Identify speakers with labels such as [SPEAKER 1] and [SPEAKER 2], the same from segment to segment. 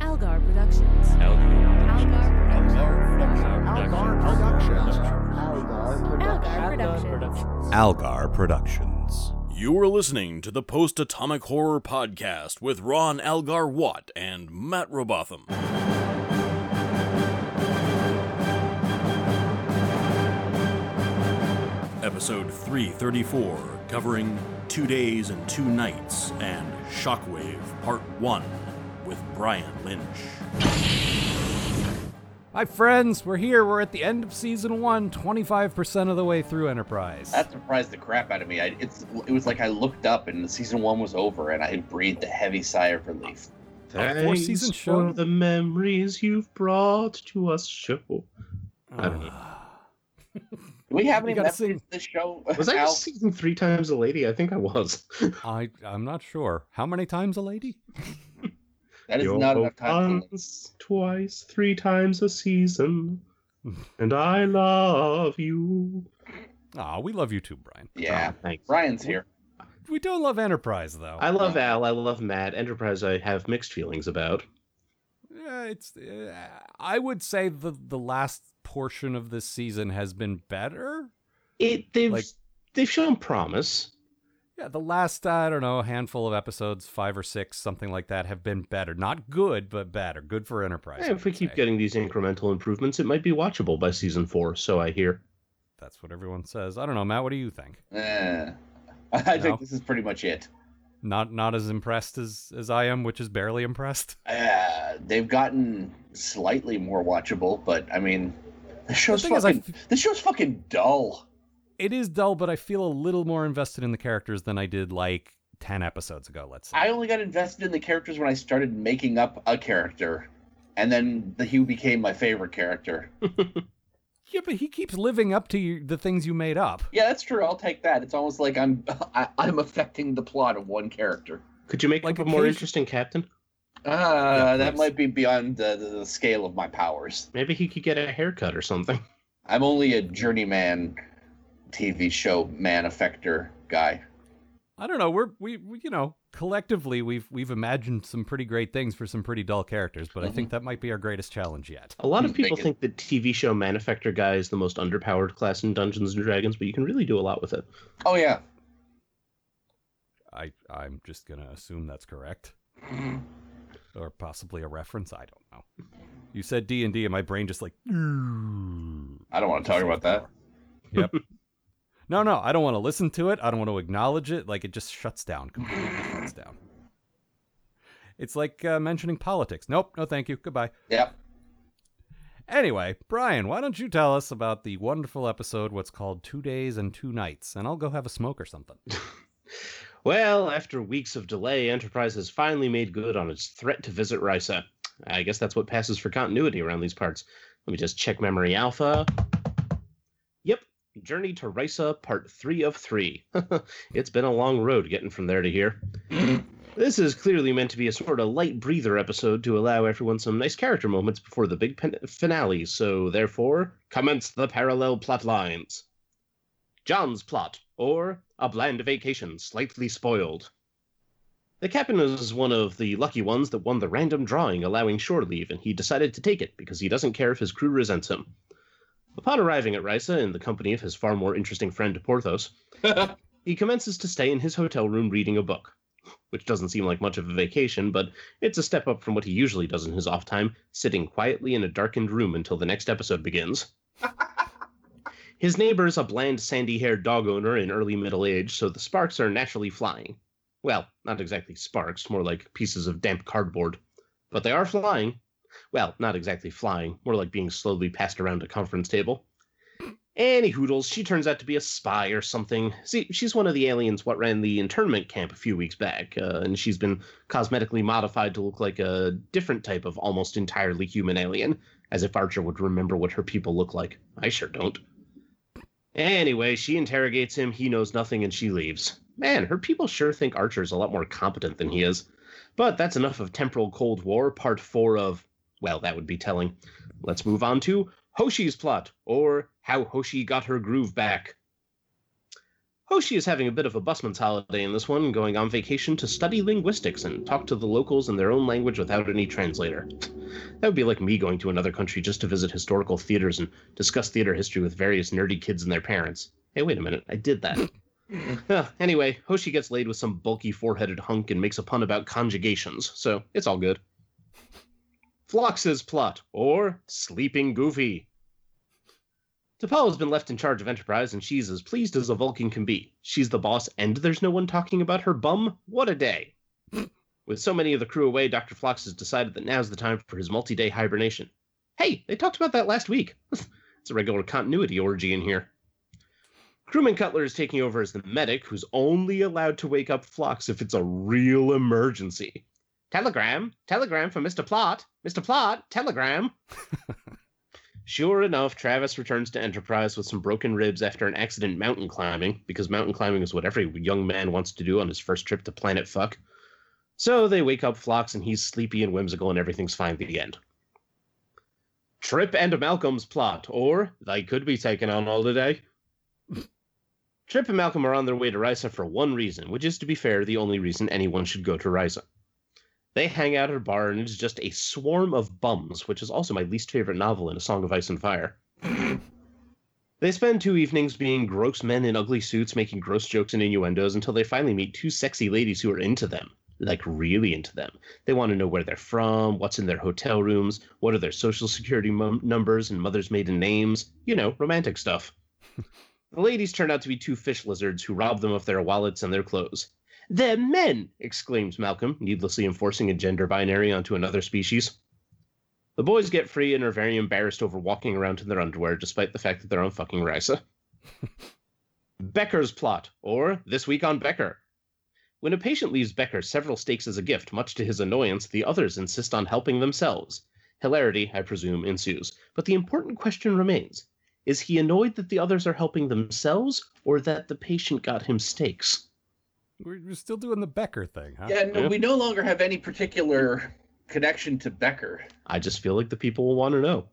[SPEAKER 1] Algar Productions. Algar Algar Productions.
[SPEAKER 2] Algar Productions.
[SPEAKER 3] You are listening to the Post Atomic Horror Podcast with Ron Algar Watt and Matt Robotham. Episode 334, covering Two Days and Two Nights and Shockwave Part 1 with Brian Lynch.
[SPEAKER 4] Hi, friends. We're here. We're at the end of season one, 25% of the way through Enterprise.
[SPEAKER 5] That surprised the crap out of me. I, it's it was like I looked up and season one was over, and I breathed a heavy sigh of relief.
[SPEAKER 4] A four-season
[SPEAKER 6] Thanks
[SPEAKER 4] show.
[SPEAKER 6] for the memories you've brought to us, show. I
[SPEAKER 5] Uh,
[SPEAKER 6] don't know.
[SPEAKER 5] Do we have
[SPEAKER 4] You
[SPEAKER 5] any
[SPEAKER 4] gotta
[SPEAKER 5] members
[SPEAKER 4] sing.
[SPEAKER 5] of this show?
[SPEAKER 6] Was I
[SPEAKER 5] Al?
[SPEAKER 6] just season three times a lady? I think I was.
[SPEAKER 4] I, I'm not sure. How many times a lady?
[SPEAKER 5] that is
[SPEAKER 6] You'll
[SPEAKER 5] not
[SPEAKER 6] go
[SPEAKER 5] enough time. to-
[SPEAKER 6] Once, twice, three times a season, and I love you.
[SPEAKER 4] Aw, we love you too, Brian.
[SPEAKER 5] Yeah,
[SPEAKER 6] Ah, thanks.
[SPEAKER 5] Brian's here.
[SPEAKER 4] We don't love Enterprise, though.
[SPEAKER 6] I love Al. I love Matt. Enterprise, I have mixed feelings about.
[SPEAKER 4] Yeah, it's. Uh, I would say the, the last portion of this season has been better.
[SPEAKER 6] It they've
[SPEAKER 4] Like-
[SPEAKER 6] they've shown promise.
[SPEAKER 4] Yeah, the last, uh, I don't know, handful of episodes, five or six, something like that, have been better. Not good, but better. Good for Enterprise. I
[SPEAKER 6] And if we
[SPEAKER 4] would
[SPEAKER 6] keep
[SPEAKER 4] say.
[SPEAKER 6] getting these incremental improvements, it might be watchable by season four. So I hear.
[SPEAKER 4] That's what everyone says. I don't know, Matt, what do you think?
[SPEAKER 5] Eh. I
[SPEAKER 4] No.
[SPEAKER 5] think this is pretty much it.
[SPEAKER 4] not not as impressed as as I am, which is barely impressed.
[SPEAKER 5] Uh, they've gotten slightly more watchable, but I mean, the show's
[SPEAKER 4] thing is, I
[SPEAKER 5] fucking. This show's fucking dull.
[SPEAKER 4] It is dull, but I feel a little more invested in the characters than I did like ten episodes ago. Let's say.
[SPEAKER 5] I only got invested in the characters when I started making up a character, and then the Hugh became my favorite character.
[SPEAKER 4] yeah, but he keeps living up to you, the things you made up.
[SPEAKER 5] Yeah, that's true. I'll take that. It's almost like I'm I, I'm affecting the plot of one character.
[SPEAKER 6] Could you make
[SPEAKER 4] Like
[SPEAKER 6] like a more
[SPEAKER 4] occasion-
[SPEAKER 6] interesting captain?
[SPEAKER 5] Uh,
[SPEAKER 4] Yeah,
[SPEAKER 5] that
[SPEAKER 4] please.
[SPEAKER 5] might be beyond the, the, the scale of my powers.
[SPEAKER 6] Maybe he could get a haircut or something.
[SPEAKER 5] I'm only a journeyman TV show man effector guy.
[SPEAKER 4] I don't know. We're we we- you know collectively we've we've imagined some pretty great things for some pretty dull characters, but I think that might be our greatest challenge yet.
[SPEAKER 6] A lot
[SPEAKER 5] Mm,
[SPEAKER 6] of people
[SPEAKER 5] make it-
[SPEAKER 6] think the TV show Manufactor Guy is the most underpowered class in Dungeons and Dragons, but you can really do a lot with it.
[SPEAKER 5] Oh yeah.
[SPEAKER 4] I I'm just gonna assume that's correct, or possibly a reference. I don't know. You said D and D, and my brain just like.
[SPEAKER 5] I don't want to talk about that.
[SPEAKER 4] Yep. no, no, I don't want to listen to it. I don't want to acknowledge it. Like it just shuts down. Completely shuts down. It's like uh, mentioning politics. Nope, no, thank you. Goodbye.
[SPEAKER 5] Yep.
[SPEAKER 4] Anyway, Brian, why don't you tell us about the wonderful episode, what's called Two Days and Two Nights, and I'll go have a smoke or something.
[SPEAKER 6] Well, after weeks of delay, Enterprise has finally made good on its threat to visit Risa. I guess that's what passes for continuity around these parts. Let me just check memory alpha. Yep, Journey to Risa, part three of three. it's been a long road getting from there to here. this is clearly meant to be a sort of light breather episode to allow everyone some nice character moments before the big pen- finale, so therefore, commence the parallel plot lines. John's Plot, or A Bland Vacation Slightly Spoiled. The captain is one of the lucky ones that won the random drawing allowing shore leave, and he decided to take it because he doesn't care if his crew resents him. Upon arriving at Risa in the company of his far more interesting friend Porthos, he commences to stay in his hotel room reading a book, which doesn't seem like much of a vacation, but it's a step up from what he usually does in his off time, sitting quietly in a darkened room until the next episode begins. His neighbor is a bland, sandy haired dog owner in early middle age, so the sparks are naturally flying. Well, not exactly sparks, more like pieces of damp cardboard. But they are flying. Well, not exactly flying, more like being slowly passed around a conference table. Annie Hoodles, she turns out to be a spy or something. See, she's one of the aliens what ran the internment camp a few weeks back, uh, and she's been cosmetically modified to look like a different type of almost entirely human alien, as if Archer would remember what her people look like. I sure don't. Anyway, she interrogates him, he knows nothing, and she leaves. Man, her people sure think Archer's a lot more competent than he is. But that's enough of Temporal Cold War, part four of. Well, that would be telling. Let's move on to Hoshi's Plot, or How Hoshi Got Her Groove Back. Hoshi is having a bit of a busman's holiday in this one, going on vacation to study linguistics and talk to the locals in their own language without any translator. That would be like me going to another country just to visit historical theaters and discuss theater history with various nerdy kids and their parents. Hey, wait a minute, I did that. Well, anyway, Hoshi gets laid with some bulky four headed hunk and makes a pun about conjugations, so it's all good. Flox's plot, or Sleeping Goofy. T'Pol has been left in charge of Enterprise, and she's as pleased as a Vulcan can be. She's the boss, and there's no one talking about her bum. What a day! With so many of the crew away, Dr. Flox has decided that now's the time for his multi day hibernation. Hey, they talked about that last week. it's a regular continuity orgy in here. Crewman Cutler is taking over as the medic who's only allowed to wake up Flox if it's a real emergency. Telegram, telegram for Mr. Plot, Mr. Plot, telegram. sure enough, Travis returns to Enterprise with some broken ribs after an accident mountain climbing, because mountain climbing is what every young man wants to do on his first trip to planet fuck. So they wake up Flox and he's sleepy and whimsical and everything's fine at the end. Trip and Malcolm's plot, or they could be taken on holiday. Trip and Malcolm are on their way to Risa for one reason, which is, to be fair, the only reason anyone should go to Risa. They hang out at a bar, and it's just a swarm of bums, which is also my least favorite novel in A Song of Ice and Fire. they spend two evenings being gross men in ugly suits, making gross jokes and innuendos, until they finally meet two sexy ladies who are into them. Like, really into them. They want to know where they're from, what's in their hotel rooms, what are their social security mum numbers and mother's maiden names. You know, romantic stuff. The ladies turn out to be two fish lizards who rob them of their wallets and their clothes. They're men! exclaims Malcolm, needlessly enforcing a gender binary onto another species. The boys get free and are very embarrassed over walking around in their underwear, despite the fact that they're on fucking Risa. Becker's plot, or This Week on Becker. When a patient leaves Becker several steaks as a gift, much to his annoyance, the others insist on helping themselves. Hilarity, I presume, ensues. But the important question remains is he annoyed that the others are helping themselves or that the patient got him steaks?
[SPEAKER 4] We're, we're still doing the Becker thing, huh?
[SPEAKER 5] Yeah, no,
[SPEAKER 6] Yeah.
[SPEAKER 5] we no longer have any particular connection to Becker.
[SPEAKER 6] I just feel like the people will want to know.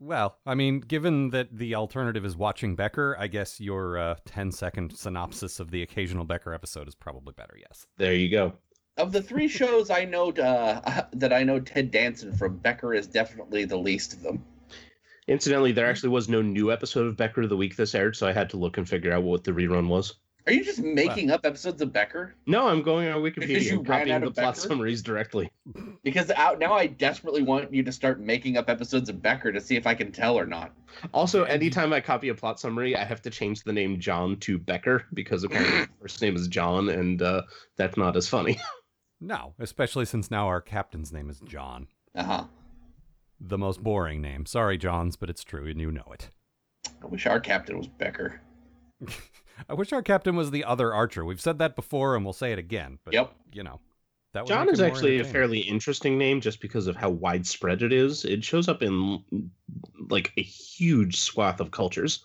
[SPEAKER 4] Well, I mean, given that the alternative is watching Becker, I guess your uh, 10 second synopsis of the occasional Becker episode is probably better, yes.
[SPEAKER 6] There you go.
[SPEAKER 5] Of the three shows I know uh, that I know Ted Danson from, Becker is definitely the least of them.
[SPEAKER 6] Incidentally, there actually was no new episode of Becker the week this aired, so I had to look and figure out what the rerun was.
[SPEAKER 5] Are you just making up episodes of Becker?
[SPEAKER 6] No, I'm going on
[SPEAKER 5] Because
[SPEAKER 6] Wikipedia
[SPEAKER 5] you
[SPEAKER 6] and
[SPEAKER 5] ran
[SPEAKER 6] copying
[SPEAKER 5] out
[SPEAKER 6] the
[SPEAKER 5] of
[SPEAKER 6] plot
[SPEAKER 5] Becker?
[SPEAKER 6] summaries directly.
[SPEAKER 5] Because out now I desperately want you to start making up episodes of Becker to see if I can tell or not.
[SPEAKER 6] Also, anytime I copy a plot summary, I have to change the name John to Becker because apparently his first name is John, and uh, that's not as funny.
[SPEAKER 4] No, especially since now our captain's name is John.
[SPEAKER 5] Uh huh.
[SPEAKER 4] The most boring name. Sorry, Johns, but it's true, and you know it.
[SPEAKER 5] I wish our captain was Becker.
[SPEAKER 4] I wish our captain was the other Archer. We've said that before, and we'll say it again. But
[SPEAKER 5] Yep.
[SPEAKER 4] you know, that would
[SPEAKER 6] John
[SPEAKER 4] make
[SPEAKER 6] is
[SPEAKER 4] it more
[SPEAKER 6] actually a
[SPEAKER 4] entertaining.
[SPEAKER 6] fairly interesting name just because of how widespread it is. It shows up in like a huge swath of cultures.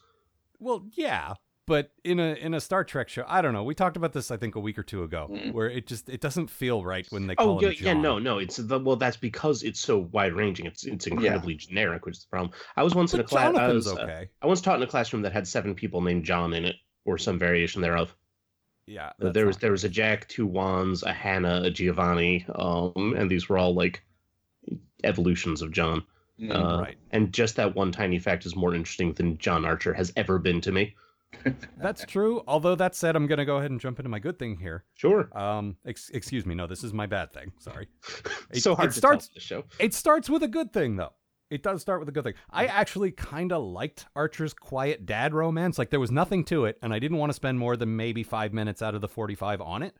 [SPEAKER 4] Well, yeah, but in a in a Star Trek show, I don't know. We talked about this, I think, a week or two ago,
[SPEAKER 5] Mm.
[SPEAKER 4] where it just it doesn't feel right when they call
[SPEAKER 6] Oh yeah,
[SPEAKER 4] him
[SPEAKER 6] yeah,
[SPEAKER 4] John.
[SPEAKER 6] no, no. It's the, well, that's because it's so wide ranging. It's it's incredibly generic, which is the problem. I was once in a
[SPEAKER 4] But
[SPEAKER 6] class. I,
[SPEAKER 4] Jonathan's
[SPEAKER 6] was, uh,
[SPEAKER 4] okay.
[SPEAKER 6] I once taught in a classroom that had seven people named John in it, or some variation thereof.
[SPEAKER 4] Yeah,
[SPEAKER 6] Uh,
[SPEAKER 4] that's
[SPEAKER 6] there was
[SPEAKER 4] not-
[SPEAKER 6] there was a Jack, two Wands, a Hannah, a Giovanni, um, and these were all like evolutions of John.
[SPEAKER 5] Mm.
[SPEAKER 6] Uh,
[SPEAKER 4] right.
[SPEAKER 6] And just that one tiny fact is more interesting than John Archer has ever been to me.
[SPEAKER 4] That's true. Although that said, I'm gonna go ahead and jump into my good thing here.
[SPEAKER 6] Sure.
[SPEAKER 4] Um, ex- excuse me. No, this is my bad thing. Sorry. It-
[SPEAKER 6] so hard
[SPEAKER 4] it
[SPEAKER 6] to
[SPEAKER 4] starts-
[SPEAKER 6] tell the show.
[SPEAKER 4] It starts with a good thing, though. It does start with a good thing. I actually kind of liked Archer's quiet dad romance. Like, there was nothing to it, and I didn't want to spend more than maybe five minutes out of the 45 on it.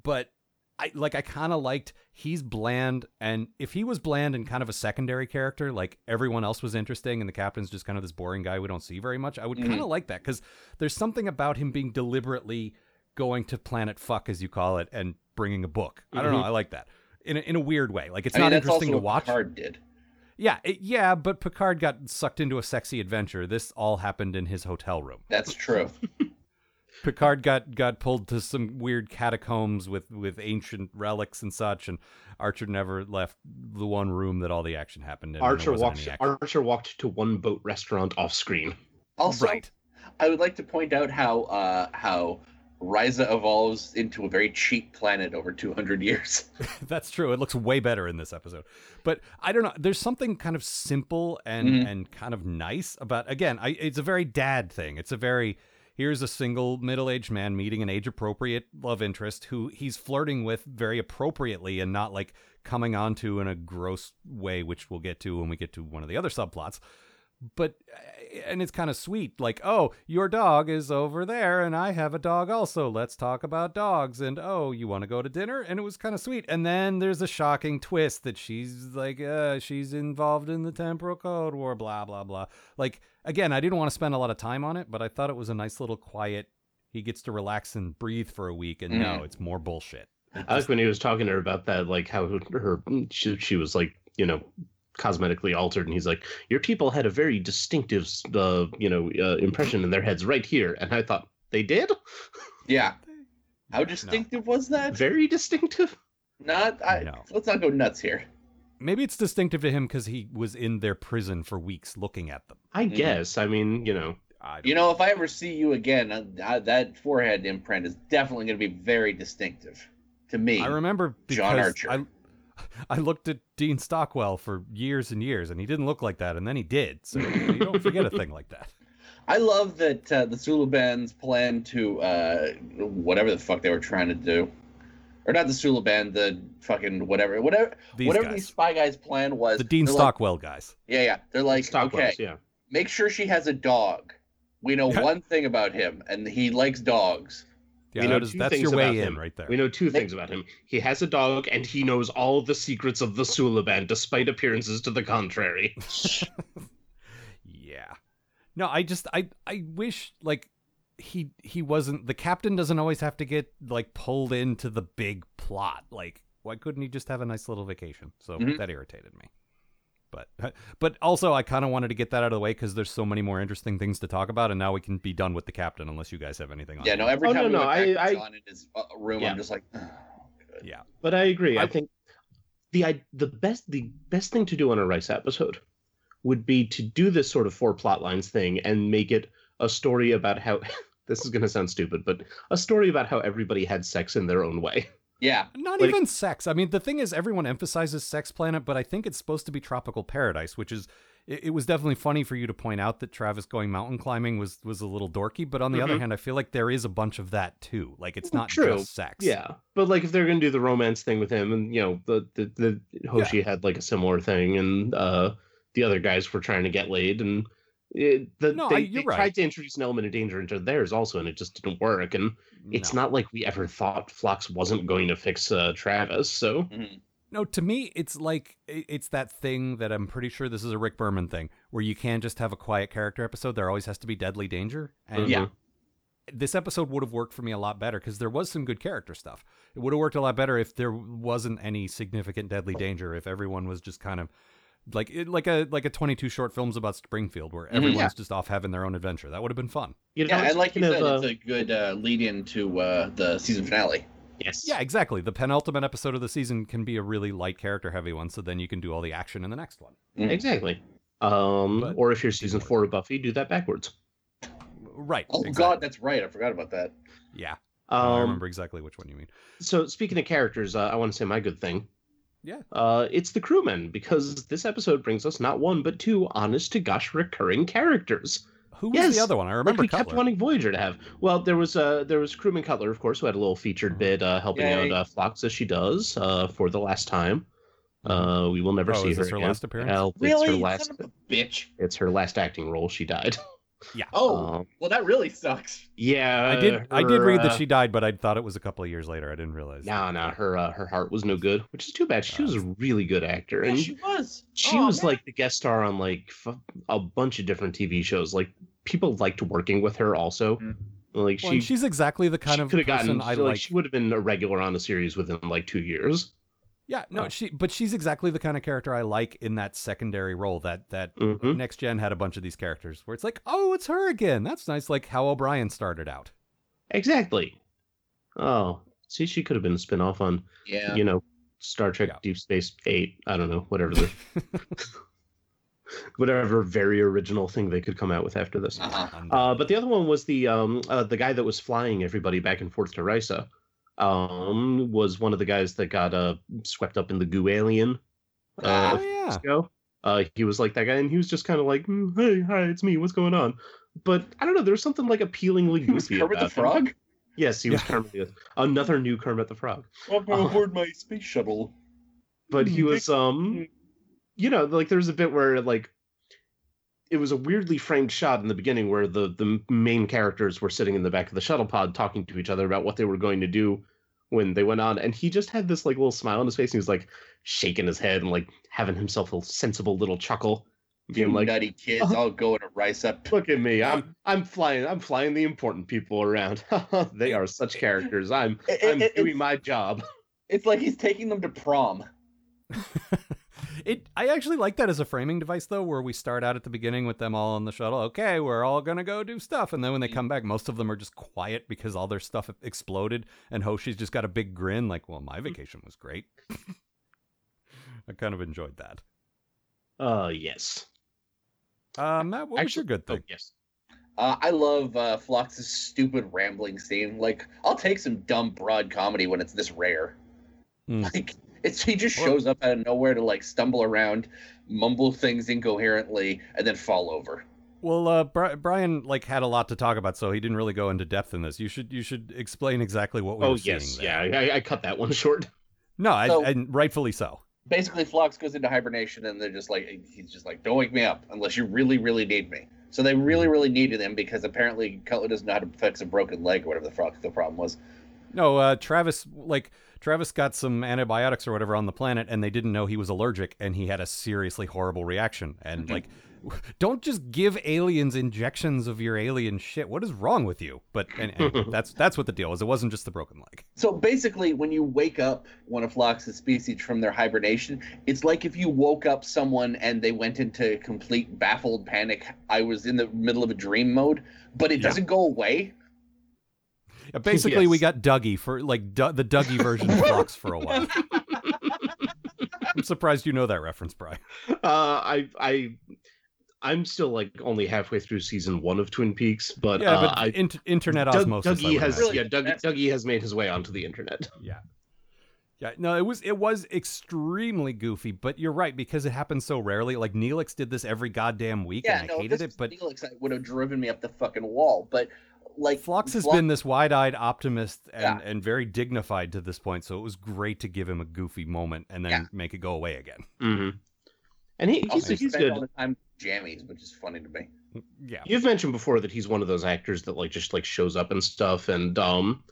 [SPEAKER 4] But. I, like I kind of liked he's bland and if he was bland and kind of a secondary character like everyone else was interesting and the captain's just kind of this boring guy we don't see very much I would
[SPEAKER 5] Mhm.
[SPEAKER 4] kind of like that cuz there's something about him being deliberately going to planet fuck as you call it and bringing a book I don't know
[SPEAKER 6] Mhm.
[SPEAKER 4] I like that in a, in a weird way like it's
[SPEAKER 5] Mm-hmm. I mean,
[SPEAKER 4] not
[SPEAKER 5] that's
[SPEAKER 4] interesting
[SPEAKER 5] also
[SPEAKER 4] to
[SPEAKER 5] what
[SPEAKER 4] watch
[SPEAKER 5] Picard did.
[SPEAKER 4] yeah, it, yeah, but Picard got sucked into a sexy adventure. This all happened in his hotel room.
[SPEAKER 5] That's true.
[SPEAKER 4] Picard got got pulled to some weird catacombs with with ancient relics and such, and Archer never left the one room that all the action happened in. and there
[SPEAKER 6] Archer
[SPEAKER 4] wasn't
[SPEAKER 6] walked.
[SPEAKER 4] any action.
[SPEAKER 6] Archer walked to one boat restaurant off screen.
[SPEAKER 5] Also,
[SPEAKER 4] right.
[SPEAKER 5] I would like to point out how uh, how Ryza evolves into a very cheap planet over 200 years.
[SPEAKER 4] That's true. It looks way better in this episode. But I don't know. There's something kind of simple and
[SPEAKER 5] Mhm.
[SPEAKER 4] and kind of nice about again, I it's a very dad thing. It's a very here's a single middle-aged man meeting an age-appropriate love interest who he's flirting with very appropriately and not like coming on to in a gross way which we'll get to when we get to one of the other subplots. But uh, and it's kind of sweet like, "Oh, your dog is over there and I have a dog also. Let's talk about dogs." And, "Oh, you want to go to dinner?" And it was kind of sweet. And then there's a shocking twist that she's like, uh, she's involved in the temporal code war blah blah blah. Like again, I didn't want to spend a lot of time on it, but I thought it was a nice little quiet. He gets to relax and breathe for a week, and no, it's more bullshit. It
[SPEAKER 6] I
[SPEAKER 4] just-
[SPEAKER 6] like when he was talking to her about that, like how her she, she was like, you know, cosmetically altered, and he's like, "Your people had a very distinctive, uh, you know, uh, impression in their heads right here," and I thought they did.
[SPEAKER 5] Yeah. How
[SPEAKER 4] No.
[SPEAKER 5] distinctive was that?
[SPEAKER 6] Very distinctive.
[SPEAKER 5] Not. I,
[SPEAKER 4] No.
[SPEAKER 5] Let's not go nuts here.
[SPEAKER 4] Maybe it's distinctive to him because he was in their prison for weeks looking at them.
[SPEAKER 6] I
[SPEAKER 5] Mhm.
[SPEAKER 6] guess. I mean, you know,
[SPEAKER 4] I don't
[SPEAKER 5] You know, if I ever see you again, uh I, that forehead imprint is definitely going to be very distinctive to me.
[SPEAKER 4] I remember
[SPEAKER 5] John
[SPEAKER 4] because I,
[SPEAKER 5] Archer.
[SPEAKER 4] I looked at Dean Stockwell for years and years, and he didn't look like that, and then he did. So you don't forget a thing like that.
[SPEAKER 5] I love that uh, the Zulu Band's plan to uh, whatever the fuck they were trying to do, or not the Zulu Band, the fucking whatever, whatever,
[SPEAKER 4] These
[SPEAKER 5] whatever
[SPEAKER 4] guys.
[SPEAKER 5] these spy guys' plan was.
[SPEAKER 4] the Dean
[SPEAKER 5] they're like-
[SPEAKER 4] Stockwell guys.
[SPEAKER 5] yeah, yeah. They're like,
[SPEAKER 6] Stockwell's,
[SPEAKER 5] okay,
[SPEAKER 6] yeah.
[SPEAKER 5] make sure she has a dog. We know
[SPEAKER 4] Yeah.
[SPEAKER 5] one thing about him, and he likes dogs.
[SPEAKER 4] Yeah,
[SPEAKER 6] We know
[SPEAKER 4] that is,
[SPEAKER 6] two
[SPEAKER 4] that's
[SPEAKER 6] things
[SPEAKER 4] your way
[SPEAKER 6] about
[SPEAKER 4] in
[SPEAKER 6] him.
[SPEAKER 4] right there.
[SPEAKER 6] We know two things about him. He has a dog, and he knows all the secrets of the Suliban, despite appearances to the contrary.
[SPEAKER 4] Yeah. No, I just I I wish like he he wasn't the captain doesn't always have to get like pulled into the big plot. Like why couldn't he just have a nice little vacation? So
[SPEAKER 5] Mhm.
[SPEAKER 4] that irritated me. But but also I kind of wanted to get that out of the way cuz there's so many more interesting things to talk about and now we can be done with the captain unless you guys have anything on.
[SPEAKER 5] Yeah,
[SPEAKER 4] it.
[SPEAKER 5] no. Every
[SPEAKER 6] Oh,
[SPEAKER 5] time
[SPEAKER 6] no,
[SPEAKER 5] we
[SPEAKER 6] no,
[SPEAKER 5] went back
[SPEAKER 6] I-
[SPEAKER 5] to
[SPEAKER 6] I-
[SPEAKER 5] John in his uh, room,
[SPEAKER 6] Yeah.
[SPEAKER 5] I'm just like, "Ugh."
[SPEAKER 6] But I agree. I,
[SPEAKER 4] I-
[SPEAKER 6] think the I, the best the best thing to do on a Rice episode would be to do this sort of four plot lines thing and make it a story about how this is going to sound stupid, but a story about how everybody had sex in their own way.
[SPEAKER 5] yeah,
[SPEAKER 4] Not
[SPEAKER 6] Like-
[SPEAKER 4] even sex. I mean, the thing is, everyone emphasizes Sex Planet, but I think it's supposed to be Tropical Paradise, which is. It, it was definitely funny for you to point out that Travis going mountain climbing was was a little dorky, but on the other hand, I feel like there is a bunch of that too. Like it's
[SPEAKER 6] Mm-hmm. Well,
[SPEAKER 4] not
[SPEAKER 6] true.
[SPEAKER 4] just sex.
[SPEAKER 6] Yeah, but like if they're going to do the romance thing with him, and you know the the, the Hoshi had like a similar thing, and uh the other guys were trying to get laid, and it, the,
[SPEAKER 4] No,
[SPEAKER 6] they,
[SPEAKER 4] I- you're
[SPEAKER 6] they
[SPEAKER 4] right.
[SPEAKER 6] tried to introduce an element of danger into theirs also, and it just didn't work, and. it's not like we ever thought Flox wasn't going to fix uh, Travis. So
[SPEAKER 5] Mhm.
[SPEAKER 4] No, to me, it's like i- it's that thing that I'm pretty sure this is a Rick Berman thing, where you can't just have a quiet character episode. There always has to be deadly danger. And
[SPEAKER 5] Yeah.
[SPEAKER 4] this episode would have worked for me a lot better because there was some good character stuff. It would have worked a lot better if there wasn't any significant deadly danger. If everyone was just kind of like it- like a like a 22 short films about Springfield,
[SPEAKER 5] Mm-hmm.
[SPEAKER 4] where everyone's
[SPEAKER 6] Yeah.
[SPEAKER 4] just off having their own adventure. That would have been fun.
[SPEAKER 6] you know,
[SPEAKER 5] yeah.
[SPEAKER 6] it's
[SPEAKER 5] And like you
[SPEAKER 6] kind
[SPEAKER 5] said,
[SPEAKER 6] of,
[SPEAKER 5] it's
[SPEAKER 6] uh,
[SPEAKER 5] a good uh, lead-in to uh, the season finale.
[SPEAKER 6] yes,
[SPEAKER 4] Yeah, exactly. The penultimate episode of the season can be a really light character heavy one, so then you can do all the action in the next one.
[SPEAKER 6] exactly. Um,
[SPEAKER 4] But-
[SPEAKER 6] or if you're season four of Buffy, do that backwards.
[SPEAKER 4] Right.
[SPEAKER 5] Oh
[SPEAKER 4] exactly.
[SPEAKER 5] God, that's right. I forgot about that.
[SPEAKER 4] Yeah. No, Oh, I
[SPEAKER 6] Um,
[SPEAKER 4] remember exactly which one you mean.
[SPEAKER 6] so speaking of characters, uh, I want to say my good thing.
[SPEAKER 4] Yeah.
[SPEAKER 6] Uh, it's the crewmen because this episode brings us not one but two honest to gosh recurring characters.
[SPEAKER 4] Who was
[SPEAKER 6] Yes,
[SPEAKER 4] the other one? I remember
[SPEAKER 6] like we kept
[SPEAKER 4] Cutler.
[SPEAKER 6] wanting Voyager to have. Well, there was uh, there was crewman Cutler, of course, who had a little
[SPEAKER 4] Mm-hmm.
[SPEAKER 6] featured bit uh, helping
[SPEAKER 5] Yay.
[SPEAKER 6] out uh, Flox as she does uh, for the last time. Uh, we will never
[SPEAKER 4] Oh,
[SPEAKER 6] see
[SPEAKER 4] is
[SPEAKER 6] her.
[SPEAKER 4] this her
[SPEAKER 6] again.
[SPEAKER 4] last appearance?
[SPEAKER 6] Hell,
[SPEAKER 5] Really,
[SPEAKER 6] It's her
[SPEAKER 5] Son
[SPEAKER 6] last.
[SPEAKER 5] of a bitch.
[SPEAKER 6] It's her last acting role. She died.
[SPEAKER 5] Oh,
[SPEAKER 6] Um,
[SPEAKER 5] well, that really sucks.
[SPEAKER 6] yeah,
[SPEAKER 4] I did. I did
[SPEAKER 6] her,
[SPEAKER 4] read that
[SPEAKER 6] uh,
[SPEAKER 4] she died, but I thought it was a couple of years later. I didn't realize.
[SPEAKER 6] No, no, her uh, her heart was no good, which is too bad. She
[SPEAKER 4] Uh,
[SPEAKER 6] was a really good actor,
[SPEAKER 5] Yeah,
[SPEAKER 6] and
[SPEAKER 5] she was.
[SPEAKER 6] she
[SPEAKER 5] Aw,
[SPEAKER 6] was
[SPEAKER 5] Oh, man.
[SPEAKER 6] like the guest star on like f- a bunch of different TV shows. Like people liked working with her. Also,
[SPEAKER 5] Mm.
[SPEAKER 6] like
[SPEAKER 4] Well,
[SPEAKER 6] she
[SPEAKER 4] and she's exactly the kind
[SPEAKER 6] she
[SPEAKER 4] of person
[SPEAKER 6] could have gotten
[SPEAKER 4] I
[SPEAKER 6] she, like,
[SPEAKER 4] like.
[SPEAKER 6] she would have been a regular on a series within like two years
[SPEAKER 4] yeah, no,
[SPEAKER 6] Oh.
[SPEAKER 4] she. But she's exactly the kind of character I like in that secondary role. That that
[SPEAKER 6] Mhm.
[SPEAKER 4] next gen had a bunch of these characters where it's like, oh, it's her again. That's nice. Like how O'Brien started out.
[SPEAKER 6] exactly oh see she could have been a spin-off on
[SPEAKER 5] yeah.
[SPEAKER 6] you know star trek
[SPEAKER 4] Yeah.
[SPEAKER 6] deep space eight i don't know whatever the whatever very original thing they could come out with after this.
[SPEAKER 5] Uh-huh.
[SPEAKER 6] Uh, but the other one was the um, uh, the guy that was flying everybody back and forth to Risa. Um, was one of the guys that got uh, swept up in the goo alien.
[SPEAKER 5] Uh-huh.
[SPEAKER 6] Uh,
[SPEAKER 4] oh yeah.
[SPEAKER 6] ago. Uh, he was like that guy, and he was just kind of like, "Mm, "Hey, hi, it's me. What's going on?" But I don't know. There's something like appealingly
[SPEAKER 5] He was
[SPEAKER 6] goofy
[SPEAKER 5] Kermit
[SPEAKER 6] about
[SPEAKER 5] the
[SPEAKER 6] him.
[SPEAKER 5] Frog?
[SPEAKER 6] Yes, he was
[SPEAKER 4] Yeah.
[SPEAKER 6] Kermit. the- Another new Kermit the Frog.
[SPEAKER 5] Welcome
[SPEAKER 6] Uh-huh.
[SPEAKER 5] aboard my space shuttle.
[SPEAKER 6] But he
[SPEAKER 4] Mm-hmm.
[SPEAKER 5] Mm,
[SPEAKER 6] was, um, you know, like there was a bit where like it was a weirdly framed shot in the beginning where the the main characters were sitting in the back of the shuttle pod talking to each other about what they were going to do when they went on, and he just had this like little smile on his face, and he was like shaking his head and like having himself a sensible little chuckle,
[SPEAKER 5] You
[SPEAKER 6] being like,
[SPEAKER 5] nutty kids, I'll go in a rice up.
[SPEAKER 6] Look at me. I'm I'm flying. I'm flying the important people around. they are such characters. I'm
[SPEAKER 5] It-
[SPEAKER 6] I'm
[SPEAKER 5] it-
[SPEAKER 6] doing
[SPEAKER 5] it's-
[SPEAKER 6] my job.
[SPEAKER 5] It's like he's taking them to prom.
[SPEAKER 4] It I actually like that as a framing device though, where we start out at the beginning with them all on the shuttle. Okay, we're all gonna go do stuff, and then
[SPEAKER 6] Mm-hmm.
[SPEAKER 4] when they come back, most of them are just quiet because all their stuff exploded, and Hoshi's just got a big grin, like, "Well,
[SPEAKER 6] Mm-hmm.
[SPEAKER 4] my vacation was great." I kind of enjoyed that.
[SPEAKER 6] Uh yes.
[SPEAKER 4] Uh, Matt, what was your
[SPEAKER 6] Actually-
[SPEAKER 4] good
[SPEAKER 6] Oh
[SPEAKER 4] thing?
[SPEAKER 6] yes.
[SPEAKER 5] Uh, I love uh, Flox's stupid rambling scene. Like, I'll take some dumb broad comedy when it's this rare.
[SPEAKER 6] Hmm.
[SPEAKER 4] Mm.
[SPEAKER 5] Like, it's he just
[SPEAKER 4] Well-
[SPEAKER 5] shows up out of nowhere to like stumble around, mumble things incoherently, and then fall over.
[SPEAKER 4] Well, uh, Bri- Brian like had a lot to talk about, so he didn't really go into depth in this. You should you should explain exactly what we
[SPEAKER 6] Oh
[SPEAKER 4] were seeing.
[SPEAKER 6] yes.
[SPEAKER 4] there.
[SPEAKER 6] Yeah. I, I cut that one short.
[SPEAKER 4] No, I,
[SPEAKER 5] So-
[SPEAKER 4] and rightfully so.
[SPEAKER 5] Basically, Flox goes into hibernation, and they're just like, he's just like, don't wake me up unless you really, really need me. So they really, really needed him because apparently Cutler doesn't know how to fix a broken leg or whatever the fuck the problem was.
[SPEAKER 4] No, uh, Travis like Travis got some antibiotics or whatever on the planet, and they didn't know he was allergic, and he had a seriously horrible reaction. And
[SPEAKER 6] Mm-hmm.
[SPEAKER 4] like, don't just give aliens injections of your alien shit. What is wrong with you? But and, and that's that's what the deal was. It wasn't just the broken leg.
[SPEAKER 5] So basically, when you wake up one of Flox's species from their hibernation, it's like if you woke up someone and they went into complete baffled panic. I was in the middle of a dream mode, but it
[SPEAKER 4] Yeah.
[SPEAKER 5] doesn't go away.
[SPEAKER 4] Yeah, Uh, Basically, we
[SPEAKER 6] Yes.
[SPEAKER 4] got Dougie for like du- the Dougie version of Fox for a while. I'm surprised you know that reference, Brian.
[SPEAKER 6] Uh, I I I'm still like only halfway through season one of Twin Peaks, but
[SPEAKER 4] yeah,
[SPEAKER 6] uh,
[SPEAKER 4] but
[SPEAKER 6] I.
[SPEAKER 4] int- internet
[SPEAKER 6] Doug-
[SPEAKER 4] osmosis. I
[SPEAKER 6] Dougie
[SPEAKER 4] would
[SPEAKER 6] has
[SPEAKER 4] imagine.
[SPEAKER 6] yeah.
[SPEAKER 5] imagine.
[SPEAKER 6] Doug, Dougie has made his way onto the internet.
[SPEAKER 4] Yeah. Yeah, no, it was it was extremely goofy, but you're right because it happens so rarely. Like Neelix did this every goddamn week,
[SPEAKER 5] Yeah,
[SPEAKER 4] and I
[SPEAKER 5] no,
[SPEAKER 4] hated it.
[SPEAKER 5] this
[SPEAKER 4] But
[SPEAKER 5] Neelix would have driven me up the fucking wall. But like
[SPEAKER 4] Flox has
[SPEAKER 5] Phlox-
[SPEAKER 4] been this wide-eyed optimist and,
[SPEAKER 5] Yeah.
[SPEAKER 4] and very dignified to this point, so it was great to give him a goofy moment and then
[SPEAKER 5] Yeah.
[SPEAKER 4] make it go away again.
[SPEAKER 6] Mm-hmm. And he, he's,
[SPEAKER 5] also
[SPEAKER 6] he's
[SPEAKER 5] spend
[SPEAKER 6] good.
[SPEAKER 5] all the time jammies, which is funny to me.
[SPEAKER 4] Yeah,
[SPEAKER 6] You've mentioned before that he's one of those actors that like just like shows up and stuff, and um,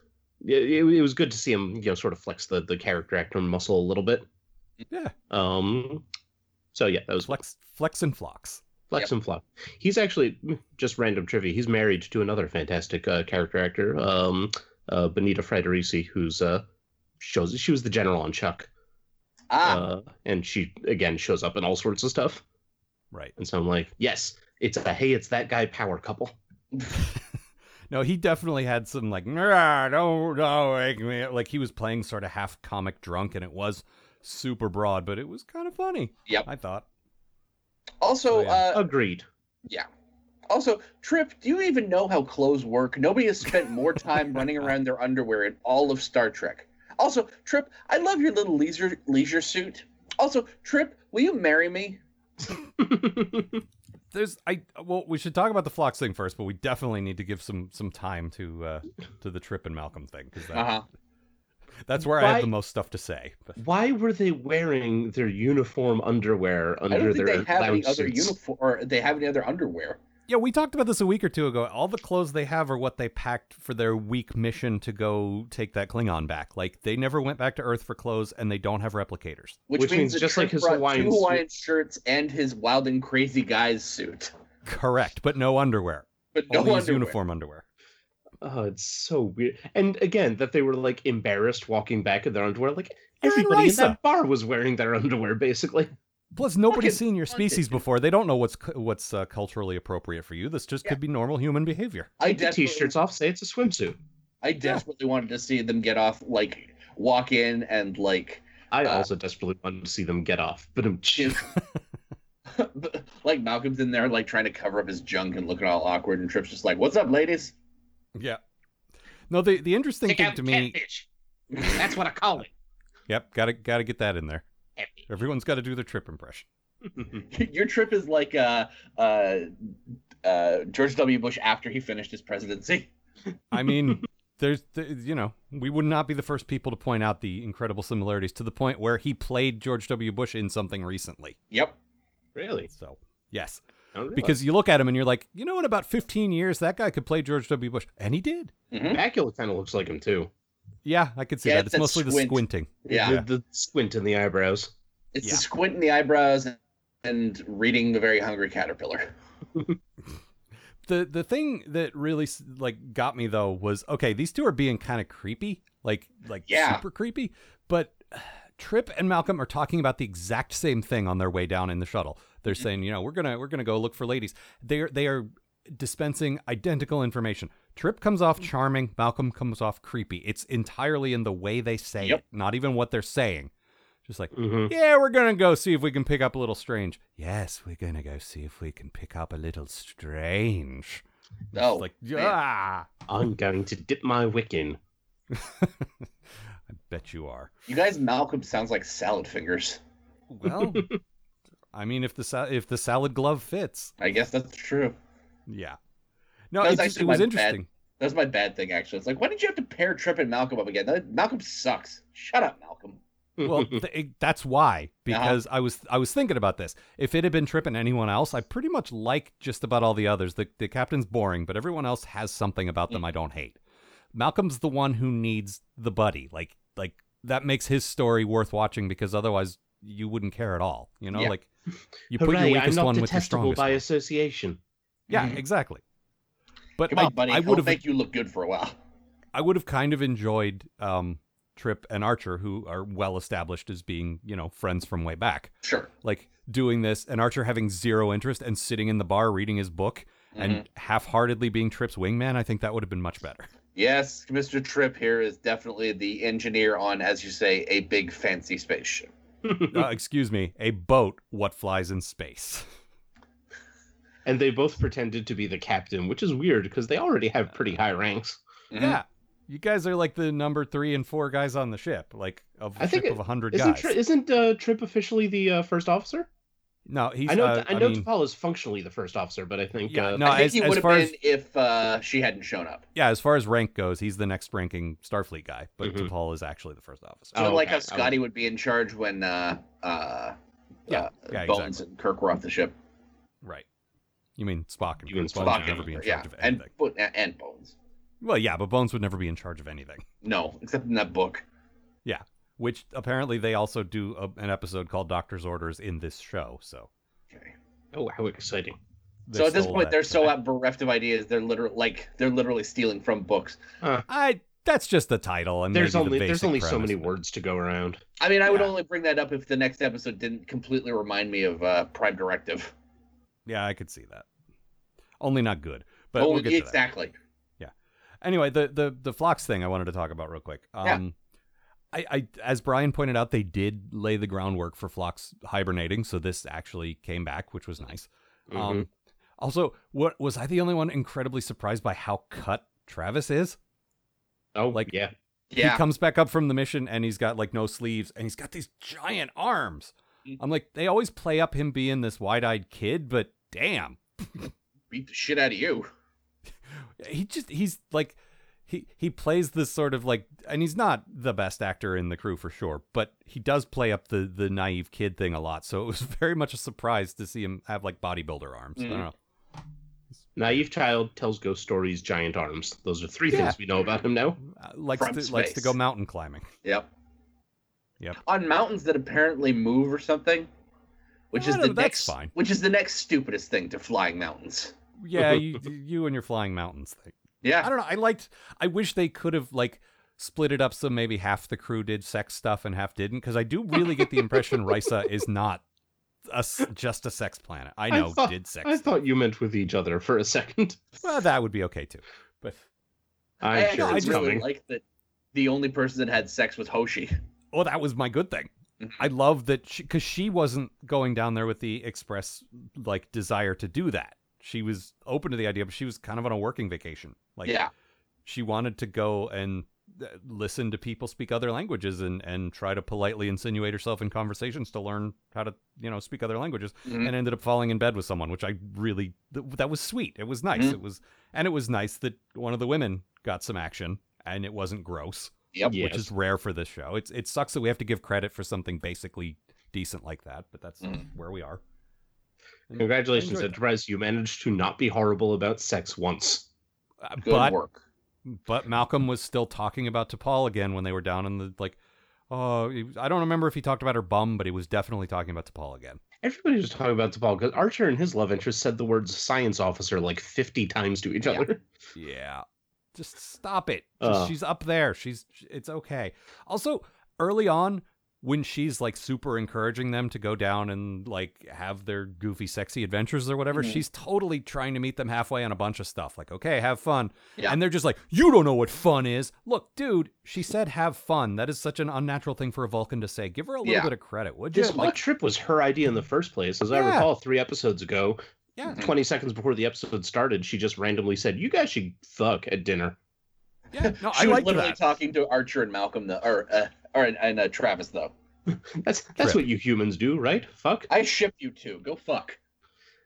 [SPEAKER 6] it, it it was good to see him, you know, sort of flex the the character actor muscle a little bit.
[SPEAKER 4] Yeah.
[SPEAKER 6] Um. So yeah, that was flex,
[SPEAKER 4] flex, flex, and flox.
[SPEAKER 5] Yep.
[SPEAKER 6] and flop. He's actually mm, just random trivia. He's married to another fantastic uh, character actor, um, uh, Benita Frederici, who's uh, shows she was the general on Chuck,
[SPEAKER 5] Ah,
[SPEAKER 6] uh, and she again shows up in all sorts of stuff.
[SPEAKER 4] Right.
[SPEAKER 6] And so I'm like, yes, it's a hey, it's that guy power couple.
[SPEAKER 4] No, he definitely had some like "Nah, don't don't wake me up." Like he was playing sort of half comic drunk, and it was super broad, but it was kind of funny.
[SPEAKER 5] Yep.
[SPEAKER 4] I thought. oh,
[SPEAKER 5] also,
[SPEAKER 4] yeah.
[SPEAKER 5] uh,
[SPEAKER 6] Agreed.
[SPEAKER 5] Also, Trip, do you even know how clothes work? Nobody has spent more time running around their underwear in all of Star Trek. Also, Trip, I love your little leisure leisure suit. Also, Trip, will you marry me?
[SPEAKER 4] there's I well we should talk about the Phlox thing first, but we definitely need to give some some time to uh to the Trip and Malcolm thing because that,
[SPEAKER 5] Uh-huh.
[SPEAKER 4] that's where I have
[SPEAKER 6] Why-
[SPEAKER 4] the most stuff to say. But
[SPEAKER 6] Why were they wearing their uniform underwear
[SPEAKER 5] I
[SPEAKER 6] under
[SPEAKER 5] don't think
[SPEAKER 6] their
[SPEAKER 5] they have any
[SPEAKER 6] lounge
[SPEAKER 5] other
[SPEAKER 6] suits?
[SPEAKER 5] uniform or they have any other underwear.
[SPEAKER 4] yeah, we talked about this a week or two ago. All the clothes they have are what they packed for their week mission to go take that Klingon back. Like they never went back to Earth for clothes, and they don't have replicators.
[SPEAKER 5] Which,
[SPEAKER 6] Which means
[SPEAKER 5] that
[SPEAKER 6] just
[SPEAKER 5] Trip
[SPEAKER 6] like his
[SPEAKER 5] brought
[SPEAKER 6] Hawaiian
[SPEAKER 5] two
[SPEAKER 6] suit-
[SPEAKER 5] Hawaiian shirts and his wild and crazy guys suit.
[SPEAKER 4] Correct, but no underwear.
[SPEAKER 5] But no
[SPEAKER 4] Only his
[SPEAKER 5] underwear.
[SPEAKER 4] uniform underwear.
[SPEAKER 6] Oh, it's so weird. And again, that they were like embarrassed walking back in their underwear. Like
[SPEAKER 4] You're in
[SPEAKER 6] everybody in
[SPEAKER 4] Lysa.
[SPEAKER 6] that bar was wearing their underwear, basically.
[SPEAKER 4] Plus, nobody's
[SPEAKER 5] Fucking
[SPEAKER 4] seen your
[SPEAKER 5] wanted
[SPEAKER 4] species
[SPEAKER 5] to.
[SPEAKER 4] before. They don't know what's cu- what's uh, culturally appropriate for you. This just could be normal human behavior.
[SPEAKER 5] I
[SPEAKER 6] Take the
[SPEAKER 5] definitely-
[SPEAKER 6] t-shirts off, say it's a swimsuit.
[SPEAKER 5] I desperately wanted to see them get off, like walk in and like
[SPEAKER 6] I
[SPEAKER 5] Uh,
[SPEAKER 6] also desperately wanted to see them get off, but um,
[SPEAKER 5] Jim. like Malcolm's in there, like trying to cover up his junk and looking all awkward, and Trip's just like, "What's up, ladies?"
[SPEAKER 4] Yeah. No, the the interesting
[SPEAKER 6] Take
[SPEAKER 4] thing
[SPEAKER 6] out
[SPEAKER 4] to me.
[SPEAKER 6] catfish. That's what I call it.
[SPEAKER 4] Yep, gotta gotta get that in there.
[SPEAKER 6] Catfish.
[SPEAKER 4] Everyone's got to do their trip impression.
[SPEAKER 5] Your trip is like uh, uh, uh, George W. Bush after he finished his presidency.
[SPEAKER 4] I mean, there's, th- you know, we would not be the first people to point out the incredible similarities to the point where he played George W. Bush in something recently.
[SPEAKER 5] Yep.
[SPEAKER 6] Really?
[SPEAKER 4] So, yes,
[SPEAKER 6] I don't
[SPEAKER 4] because you look at him and you're like, you know, in about 15 years, that guy could play George W. Bush, and he did.
[SPEAKER 5] hmm
[SPEAKER 6] realize. Bakula kind of looks like him too.
[SPEAKER 4] Yeah, I could see
[SPEAKER 5] Yeah,
[SPEAKER 4] that.
[SPEAKER 5] it's
[SPEAKER 4] It's
[SPEAKER 5] that
[SPEAKER 4] mostly the
[SPEAKER 5] squint.
[SPEAKER 4] squinting.
[SPEAKER 5] Yeah.
[SPEAKER 6] The, the squint in the eyebrows.
[SPEAKER 5] It's
[SPEAKER 4] Yeah.
[SPEAKER 5] the squint in the eyebrows and reading the very hungry caterpillar.
[SPEAKER 4] the the thing that really s- like got me though was okay these two are being kind of creepy like like
[SPEAKER 5] Yeah.
[SPEAKER 4] super creepy but trip and malcolm are talking about the exact same thing on their way down in the shuttle they're
[SPEAKER 5] Mm-hmm.
[SPEAKER 4] saying you know we're gonna we're gonna go look for ladies they're they are dispensing identical information trip comes
[SPEAKER 5] Mm-hmm.
[SPEAKER 4] off charming malcolm comes off creepy it's entirely in the way they say
[SPEAKER 5] Yep.
[SPEAKER 4] it not even what they're saying just like
[SPEAKER 6] Mm-hmm.
[SPEAKER 4] yeah, we're gonna go see if we can pick up a little strange. Yes, we're gonna go see if we can pick up a little strange. It's
[SPEAKER 5] Oh,
[SPEAKER 4] like "Ah."
[SPEAKER 5] man.
[SPEAKER 4] yeah,
[SPEAKER 6] I'm going to dip my wick in.
[SPEAKER 4] I bet you are.
[SPEAKER 5] You guys, Malcolm sounds like salad fingers.
[SPEAKER 4] Well, I mean, if the sa- if the salad glove fits,
[SPEAKER 5] I guess that's true.
[SPEAKER 4] yeah. No,
[SPEAKER 5] That's
[SPEAKER 4] it, just,
[SPEAKER 5] actually
[SPEAKER 4] it was
[SPEAKER 5] my bad.
[SPEAKER 4] interesting.
[SPEAKER 5] That's my bad thing, actually. It's like, why did you have to pair Trip and Malcolm up again? That- Malcolm sucks. Shut up, Malcolm.
[SPEAKER 4] Well, th- it- that's
[SPEAKER 6] Uh-huh.
[SPEAKER 4] why because I was I was thinking about this. If it had been Trip and anyone else, I pretty much like just about all the others. The the captain's boring, but everyone else has something about them I don't hate. Malcolm's the one who needs the buddy. Like like that makes his story worth watching because otherwise you wouldn't care at all. You know,
[SPEAKER 5] Yeah.
[SPEAKER 4] like you put your
[SPEAKER 6] Hooray, I'm
[SPEAKER 4] weakest
[SPEAKER 6] not
[SPEAKER 4] one with your
[SPEAKER 6] detestable
[SPEAKER 4] strongest.
[SPEAKER 6] by Mm-hmm.
[SPEAKER 4] one.
[SPEAKER 6] association.
[SPEAKER 4] Yeah,
[SPEAKER 5] Mhm.
[SPEAKER 4] exactly. But
[SPEAKER 5] Come
[SPEAKER 4] I,
[SPEAKER 5] on, buddy.
[SPEAKER 4] I
[SPEAKER 5] I
[SPEAKER 4] would
[SPEAKER 5] will
[SPEAKER 4] have
[SPEAKER 5] make you look good for a while.
[SPEAKER 4] I would have kind of enjoyed um, Trip and Archer, who are well established as being you know friends from way back.
[SPEAKER 5] Sure.
[SPEAKER 4] like doing this and Archer having zero interest and sitting in the bar reading his book
[SPEAKER 6] Mm-hmm.
[SPEAKER 5] Mhm.
[SPEAKER 4] and half-heartedly being Trip's wingman, I think that would have been much better.
[SPEAKER 5] Yes, Mr. Trip here is definitely the engineer on, as you say, a big fancy spaceship.
[SPEAKER 4] uh, excuse me, a boat what flies in space.
[SPEAKER 6] And they both pretended to be the captain, which is weird because they already have pretty high ranks.
[SPEAKER 5] Mhm.
[SPEAKER 4] Yeah. You guys are like the number 3 and 4 guys on the ship, like of a
[SPEAKER 6] I think
[SPEAKER 4] ship
[SPEAKER 6] it-
[SPEAKER 4] of 100
[SPEAKER 6] Isn't,
[SPEAKER 4] guys.
[SPEAKER 6] Tri- isn't uh, Trip officially the uh, first officer?
[SPEAKER 4] no, he's
[SPEAKER 6] I know.
[SPEAKER 4] uh,
[SPEAKER 6] I know.
[SPEAKER 4] mean,
[SPEAKER 6] T'Pol is functionally the first officer, but I think.
[SPEAKER 4] yeah,
[SPEAKER 6] uh,
[SPEAKER 4] no,
[SPEAKER 5] I think
[SPEAKER 4] as,
[SPEAKER 5] he
[SPEAKER 4] as
[SPEAKER 5] would have
[SPEAKER 4] far
[SPEAKER 5] been
[SPEAKER 4] as
[SPEAKER 5] if uh, she hadn't shown up.
[SPEAKER 4] yeah, as far as rank goes, he's the next ranking Starfleet guy, but
[SPEAKER 6] Mhm.
[SPEAKER 4] T'Pol is actually the first officer.
[SPEAKER 5] Sort of
[SPEAKER 6] Oh,
[SPEAKER 5] like
[SPEAKER 6] okay.
[SPEAKER 5] how Scotty would be in charge when uh, uh,
[SPEAKER 4] Yeah.
[SPEAKER 5] uh,
[SPEAKER 4] Yeah,
[SPEAKER 5] Bones and Kirk were off the ship.
[SPEAKER 4] Right. You mean Spock and
[SPEAKER 6] You mean
[SPEAKER 4] Bones would
[SPEAKER 6] Spock and
[SPEAKER 4] never be in
[SPEAKER 5] Kirk,
[SPEAKER 4] charge
[SPEAKER 5] yeah,
[SPEAKER 4] of
[SPEAKER 5] and,
[SPEAKER 4] anything.
[SPEAKER 5] Bo- and and Bones.
[SPEAKER 4] Well, yeah, but Bones would never be in charge of anything.
[SPEAKER 5] No, except in that book.
[SPEAKER 4] which apparently they also do a, an episode called Doctor's Orders in this show. So, uh,
[SPEAKER 5] Okay.
[SPEAKER 6] Oh, how exciting!
[SPEAKER 5] So at this
[SPEAKER 4] stole
[SPEAKER 5] point,
[SPEAKER 4] that
[SPEAKER 5] they're so
[SPEAKER 4] from-
[SPEAKER 5] out bereft of ideas. They're literally like they're literally stealing from books.
[SPEAKER 4] I that's just the title and
[SPEAKER 6] There's
[SPEAKER 4] maybe the
[SPEAKER 6] only there's
[SPEAKER 4] basic
[SPEAKER 6] only so
[SPEAKER 4] premise.
[SPEAKER 6] many words to go around.
[SPEAKER 5] I mean, I would
[SPEAKER 4] Yeah.
[SPEAKER 5] only bring that up if the next episode didn't completely remind me of uh, Prime Directive.
[SPEAKER 4] Yeah, I could see that. Only not good, but
[SPEAKER 5] Only-
[SPEAKER 4] we'll get to that.
[SPEAKER 5] Oh, exactly.
[SPEAKER 4] Anyway, the the the flocks thing I wanted to talk about real quick.
[SPEAKER 5] Yeah.
[SPEAKER 4] Um I, I as Brian pointed out, they did lay the groundwork for flocks hibernating, so this actually came back, which was nice.
[SPEAKER 5] Mm-hmm.
[SPEAKER 6] Mhm.
[SPEAKER 4] Um also, what was I the only one incredibly surprised by how cut Travis is?
[SPEAKER 6] oh,
[SPEAKER 4] like-
[SPEAKER 6] like yeah,
[SPEAKER 5] Yeah.
[SPEAKER 4] he comes back up from the mission and he's got like no sleeves and he's got these giant arms.
[SPEAKER 5] Mhm.
[SPEAKER 4] I'm like, they always play up him being this wide eyed kid, but damn.
[SPEAKER 5] Beat the shit out of you.
[SPEAKER 4] He just, he's like, he, he plays this sort of like, and he's not the best actor in the crew for sure, but he does play up the, the naive kid thing a lot. So it was very much a surprise to see him have like bodybuilder arms. I
[SPEAKER 5] Mhm.
[SPEAKER 4] don't know.
[SPEAKER 6] naive child tells ghost stories, giant arms. Those are three
[SPEAKER 4] Yeah.
[SPEAKER 6] things we know about him now.
[SPEAKER 4] Uh, likes,
[SPEAKER 5] From
[SPEAKER 4] to, likes to
[SPEAKER 5] space.
[SPEAKER 4] go mountain climbing.
[SPEAKER 5] Yep.
[SPEAKER 4] Yep.
[SPEAKER 5] On mountains that apparently move or something, which
[SPEAKER 4] No,
[SPEAKER 5] is
[SPEAKER 4] no,
[SPEAKER 5] the
[SPEAKER 4] that's
[SPEAKER 5] next
[SPEAKER 4] fine.
[SPEAKER 5] which is the next stupidest thing to flying mountains.
[SPEAKER 4] Yeah, you, you and your flying mountains thing. I
[SPEAKER 5] Yeah.
[SPEAKER 4] don't know. I liked. I wish they could have like split it up so maybe half the crew did sex stuff and half didn't. Because I do really get the impression Risa is not a s just a sex planet. I know
[SPEAKER 6] thought-
[SPEAKER 4] did sex.
[SPEAKER 6] I
[SPEAKER 4] stuff.
[SPEAKER 6] thought you meant with each other for a second.
[SPEAKER 4] Well, that would be okay too. But
[SPEAKER 6] I'm
[SPEAKER 5] actually
[SPEAKER 6] sure it's
[SPEAKER 5] really
[SPEAKER 6] coming.
[SPEAKER 5] like that the only person that had sex was Hoshi.
[SPEAKER 4] oh, that was my good thing. I love that because she, wasn't going down there with the express like desire to do that. She was open to the idea, but she was kind of on a working vacation. Like,
[SPEAKER 5] yeah.
[SPEAKER 4] she wanted to go and uh, listen to people speak other languages and and try to politely insinuate herself in conversations to learn how to you know speak other languages
[SPEAKER 5] Mhm.
[SPEAKER 4] and ended up falling in bed with someone which i really th- that was sweet it was nice
[SPEAKER 5] Mhm.
[SPEAKER 4] it was and it was nice that one of the women got some action and it wasn't gross
[SPEAKER 5] Yep.
[SPEAKER 4] which is rare for this show it's it sucks that we have to give credit for something basically decent like that but that's
[SPEAKER 5] Mhm.
[SPEAKER 4] where we are And
[SPEAKER 6] Congratulations,
[SPEAKER 4] enjoyed that.
[SPEAKER 6] Enterprise. You managed to not be horrible about sex once.
[SPEAKER 4] Uh,
[SPEAKER 5] Good
[SPEAKER 4] but
[SPEAKER 5] work.
[SPEAKER 4] But Malcolm was still talking about to Paul again when they were down in the like. Oh, he- I don't remember if he talked about her bum, but he was definitely talking about to Paul again.
[SPEAKER 6] Everybody was talking about DePaul because Archer and his love interest said the words science officer like 50 times to each
[SPEAKER 5] Yeah.
[SPEAKER 6] other.
[SPEAKER 4] Yeah, just stop it.
[SPEAKER 6] Uh.
[SPEAKER 4] Just- she's up there. She's it's okay. Also, early on when she's like super encouraging them to go down and like have their goofy, sexy adventures or whatever,
[SPEAKER 6] Mm-hmm.
[SPEAKER 5] Mhm.
[SPEAKER 4] she's totally trying to meet them halfway on a bunch of stuff. Like, okay, have fun,
[SPEAKER 5] Yeah.
[SPEAKER 4] and they're just like, you don't know what fun is. Look, dude, she said have fun. That is such an unnatural thing for a Vulcan to say. Give her a little
[SPEAKER 5] Yeah.
[SPEAKER 4] bit of credit, would you?
[SPEAKER 6] This whole trip was her idea in the first place. As I
[SPEAKER 4] Yeah.
[SPEAKER 6] recall, three episodes ago,
[SPEAKER 4] Yeah.
[SPEAKER 6] 20 seconds before the episode started, she just randomly said, You guys should fuck at dinner.
[SPEAKER 4] Yeah, no, I
[SPEAKER 5] she was
[SPEAKER 4] like
[SPEAKER 5] literally
[SPEAKER 4] that.
[SPEAKER 5] talking to Archer and Malcolm, though, or uh, or and, and uh, Travis though.
[SPEAKER 6] That's that's
[SPEAKER 4] Trip.
[SPEAKER 6] what you humans do, right? Fuck.
[SPEAKER 5] I ship you two. Go fuck.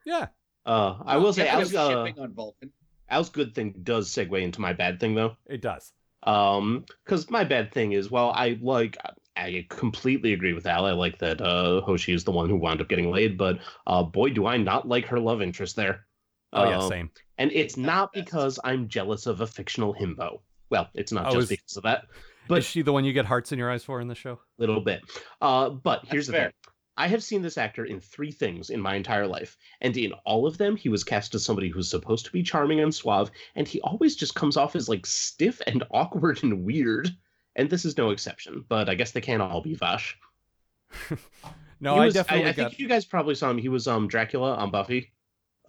[SPEAKER 4] yeah,
[SPEAKER 6] Uh, I will say,
[SPEAKER 5] Speaking
[SPEAKER 6] Al's,
[SPEAKER 5] of
[SPEAKER 6] uh,
[SPEAKER 5] shipping on Vulcan.
[SPEAKER 6] Al's good thing does segue into my bad thing, though.
[SPEAKER 4] it does.
[SPEAKER 6] Um, because my bad thing is, while I like, I completely agree with Al. I like that uh, Hoshi is the one who wound up getting laid, but uh, boy, do I not like her love interest there.
[SPEAKER 4] Oh yeah,
[SPEAKER 6] Um,
[SPEAKER 4] same.
[SPEAKER 6] And it's
[SPEAKER 5] That's
[SPEAKER 6] not
[SPEAKER 5] best.
[SPEAKER 6] because I'm jealous of a fictional himbo. Well, it's not
[SPEAKER 4] Oh,
[SPEAKER 6] just
[SPEAKER 4] is-
[SPEAKER 6] because of that.
[SPEAKER 4] But
[SPEAKER 6] but-
[SPEAKER 4] is she the one you get hearts in your eyes for in the show?
[SPEAKER 6] little bit. Uh, but here's the
[SPEAKER 5] fair.
[SPEAKER 6] thing. I have seen this actor in three things in my entire life, and in all of them, he was cast as somebody who's supposed to be charming and suave, and he always just comes off as like stiff and awkward and weird. And this is no exception, but I guess they can't all be Vash.
[SPEAKER 4] No,
[SPEAKER 6] He
[SPEAKER 4] I
[SPEAKER 6] was-
[SPEAKER 4] definitely
[SPEAKER 6] I,
[SPEAKER 4] got.
[SPEAKER 6] think you guys probably saw him. He was um Dracula on Buffy.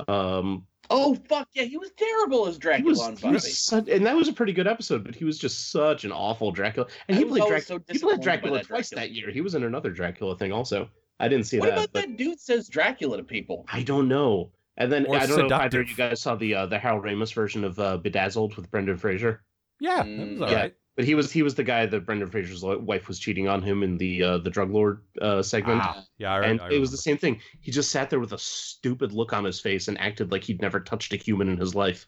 [SPEAKER 6] Um,
[SPEAKER 5] Oh fuck yeah, he was terrible as
[SPEAKER 6] he
[SPEAKER 5] Dracula
[SPEAKER 6] was,
[SPEAKER 5] on
[SPEAKER 6] he
[SPEAKER 5] Buffy.
[SPEAKER 6] was such, and that was a pretty good episode, but he was just such an awful Dracula. And
[SPEAKER 5] I
[SPEAKER 6] he
[SPEAKER 5] was
[SPEAKER 6] played,
[SPEAKER 5] always
[SPEAKER 6] Drac-
[SPEAKER 5] so
[SPEAKER 6] he
[SPEAKER 5] disappointed
[SPEAKER 6] played
[SPEAKER 5] by
[SPEAKER 6] Dracula
[SPEAKER 5] that
[SPEAKER 6] twice
[SPEAKER 5] Dracula.
[SPEAKER 6] that year. He was in another Dracula thing also. I didn't see
[SPEAKER 5] what
[SPEAKER 6] that.
[SPEAKER 5] about
[SPEAKER 6] but-
[SPEAKER 5] that dude says Dracula to people?
[SPEAKER 6] I don't know. And then
[SPEAKER 4] Or
[SPEAKER 6] I don't know if either
[SPEAKER 4] seductive.
[SPEAKER 6] of you guys saw the uh, the Harold Ramis version of uh, Bedazzled with Brendan Fraser,
[SPEAKER 4] yeah, that was
[SPEAKER 5] Mm,
[SPEAKER 4] all
[SPEAKER 6] yeah.
[SPEAKER 4] right.
[SPEAKER 6] but he was he was the guy that Brendan Fraser's li- wife was cheating on him in the uh, the drug lord uh, segment,
[SPEAKER 4] Ah, yeah, I, re-
[SPEAKER 6] and
[SPEAKER 4] I
[SPEAKER 6] it was the
[SPEAKER 4] remember.
[SPEAKER 6] same thing. He just sat there with a stupid look on his face and acted like he'd never touched a human in his life.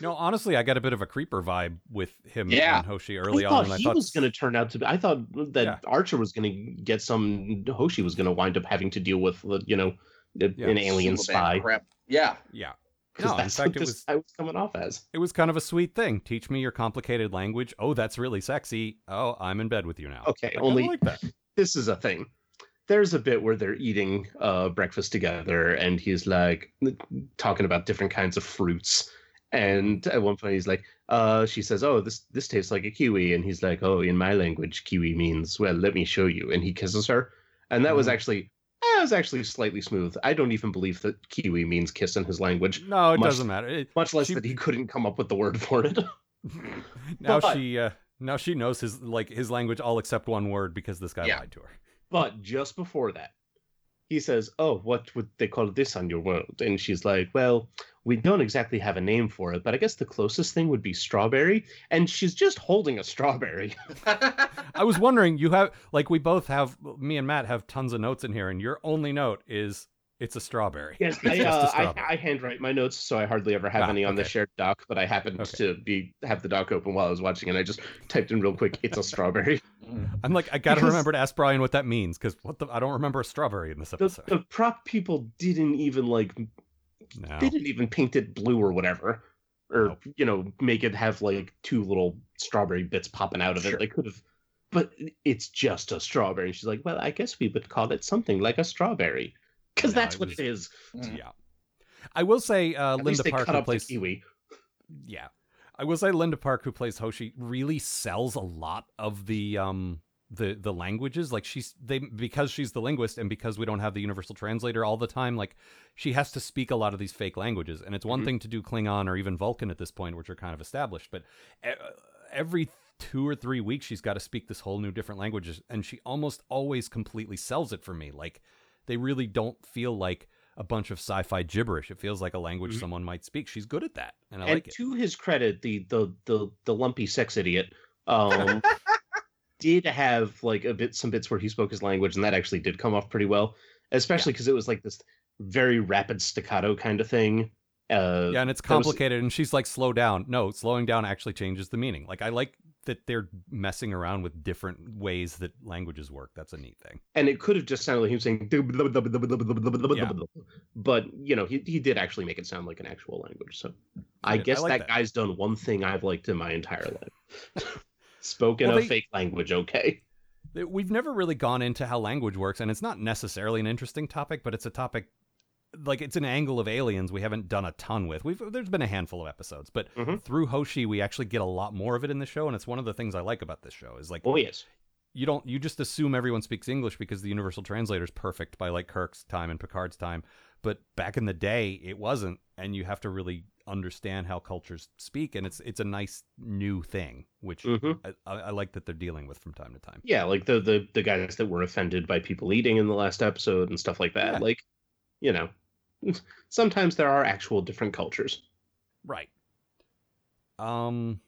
[SPEAKER 4] No, honestly, I got a bit of a creeper vibe with him
[SPEAKER 5] Yeah.
[SPEAKER 4] and Hoshi early
[SPEAKER 6] I
[SPEAKER 4] on,
[SPEAKER 6] thought
[SPEAKER 4] and I
[SPEAKER 6] he
[SPEAKER 4] thought
[SPEAKER 6] was going to turn out to be. I thought that
[SPEAKER 4] Yeah.
[SPEAKER 6] Archer was going to get some. Hoshi was going to wind up having to deal with uh, you know a-
[SPEAKER 4] Yeah.
[SPEAKER 6] an alien
[SPEAKER 5] Superman
[SPEAKER 6] spy.
[SPEAKER 5] Crap. Yeah.
[SPEAKER 4] yeah,
[SPEAKER 6] 'Cause
[SPEAKER 4] No, in
[SPEAKER 6] that's
[SPEAKER 4] fact,
[SPEAKER 6] what
[SPEAKER 4] it
[SPEAKER 6] this
[SPEAKER 4] was-
[SPEAKER 6] guy was coming off as.
[SPEAKER 4] it was kind of a sweet thing. Teach me your complicated language. Oh, that's really sexy. Oh, I'm in bed with you now.
[SPEAKER 6] Okay,
[SPEAKER 4] I kinda
[SPEAKER 6] only
[SPEAKER 4] like that.
[SPEAKER 6] this is a thing. There's a bit where they're eating uh, breakfast together, and he's like talking about different kinds of fruits. And at one point, he's like, uh, "She says, oh, this this tastes like a kiwi," and he's like, "Oh, in my language, kiwi means well. Let me show you." And he kisses her, and that was
[SPEAKER 4] Mhm.
[SPEAKER 6] actually that was actually slightly smooth. I don't even believe that kiwi means kiss in his language,
[SPEAKER 4] No, it
[SPEAKER 6] Much-
[SPEAKER 4] doesn't matter. It,
[SPEAKER 6] much less
[SPEAKER 4] She-
[SPEAKER 6] that he couldn't come up with the word for it.
[SPEAKER 4] now
[SPEAKER 6] But-
[SPEAKER 4] she, uh, now she knows his like his language all except one word because this guy
[SPEAKER 5] Yeah.
[SPEAKER 4] lied to her.
[SPEAKER 6] But just before that, he says, Oh, what would they call this on your world? And she's like, Well, we don't exactly have a name for it, but I guess the closest thing would be strawberry. And she's just holding a strawberry.
[SPEAKER 4] I was wondering, you have like we both have me and Matt have tons of notes in here, and your only note is it's a strawberry.
[SPEAKER 6] Yes, I,
[SPEAKER 4] Just a
[SPEAKER 6] uh,
[SPEAKER 4] strawberry.
[SPEAKER 6] I, I handwrite my notes, so I hardly ever have
[SPEAKER 4] Ah,
[SPEAKER 6] any on the
[SPEAKER 4] okay.
[SPEAKER 6] shared doc, but I happened
[SPEAKER 4] Okay.
[SPEAKER 6] to be have the doc open while I was watching, and I just typed in real quick, It's a strawberry.
[SPEAKER 4] I'm like, I gotta
[SPEAKER 6] Because-
[SPEAKER 4] remember to ask Brian what that means because what the I don't remember a strawberry in this
[SPEAKER 6] The,
[SPEAKER 4] episode.
[SPEAKER 6] the prop people didn't even like
[SPEAKER 4] no.
[SPEAKER 6] they didn't even paint it blue or whatever or
[SPEAKER 4] Oh. Nope.
[SPEAKER 6] you know make it have like two little strawberry bits popping out of it
[SPEAKER 5] Sure.
[SPEAKER 6] they could have but it's just a strawberry she's like well i guess we would call it something like a strawberry because
[SPEAKER 4] No,
[SPEAKER 6] that's
[SPEAKER 4] it
[SPEAKER 6] what
[SPEAKER 4] was-
[SPEAKER 6] it is
[SPEAKER 4] Yeah, I will say uh,
[SPEAKER 6] At
[SPEAKER 4] Linda
[SPEAKER 6] least they cut
[SPEAKER 4] Park who
[SPEAKER 6] up
[SPEAKER 4] plays
[SPEAKER 6] the kiwi
[SPEAKER 4] yeah, I will say Linda Park who plays Hoshi really sells a lot of the um the the languages like she's they because she's the linguist and because we don't have the universal translator all the time like she has to speak a lot of these fake languages and it's one
[SPEAKER 6] Mhm.
[SPEAKER 4] thing to do Klingon or even Vulcan at this point which are kind of established but e- uh, every two or three weeks she's got to speak this whole new different languages and she almost always completely sells it for me like they really don't feel like a bunch of sci-fi gibberish it feels like a language
[SPEAKER 6] Mhm.
[SPEAKER 4] someone might speak she's good at that and i
[SPEAKER 6] and
[SPEAKER 4] like it
[SPEAKER 6] to his credit, the the the the lumpy sex idiot um, did have like a bit some bits where he spoke his language, and that actually did come off pretty well, especially because it was like this very rapid staccato kind of thing. Uh,
[SPEAKER 4] yeah and it's
[SPEAKER 6] that was-
[SPEAKER 4] complicated and she's like slow down no slowing down actually changes the meaning like i like that they're messing around with different ways that languages work that's a neat thing
[SPEAKER 6] and it could have just sounded like he was saying, but you know, he he did actually make it sound like an actual language. So I
[SPEAKER 4] did. I
[SPEAKER 6] guess
[SPEAKER 4] like
[SPEAKER 6] that,
[SPEAKER 4] that.
[SPEAKER 6] guy's done one thing I've liked in my entire life: spoken
[SPEAKER 4] Well,
[SPEAKER 6] a
[SPEAKER 4] they-
[SPEAKER 6] fake language. Okay.
[SPEAKER 4] that we've never really gone into how language works and it's not necessarily an interesting topic but it's a topic like it's an angle of aliens we haven't done a ton with we've there's been a handful of episodes but
[SPEAKER 6] Mhm.
[SPEAKER 4] through hoshi we actually get a lot more of it in the show and it's one of the things i like about this show is like
[SPEAKER 6] Oh yes.
[SPEAKER 4] you don't you just assume everyone speaks english because the universal translator is perfect by like kirk's time and picard's time but back in the day it wasn't and you have to really understand how cultures speak and it's it's a nice new thing which
[SPEAKER 5] Mm.
[SPEAKER 6] hmm
[SPEAKER 4] I, I I like that they're dealing with from time to time
[SPEAKER 6] yeah like the the the guys that were offended by people eating in the last episode and stuff like that
[SPEAKER 4] Yeah.
[SPEAKER 6] like you know sometimes there are actual different cultures
[SPEAKER 4] Right. Um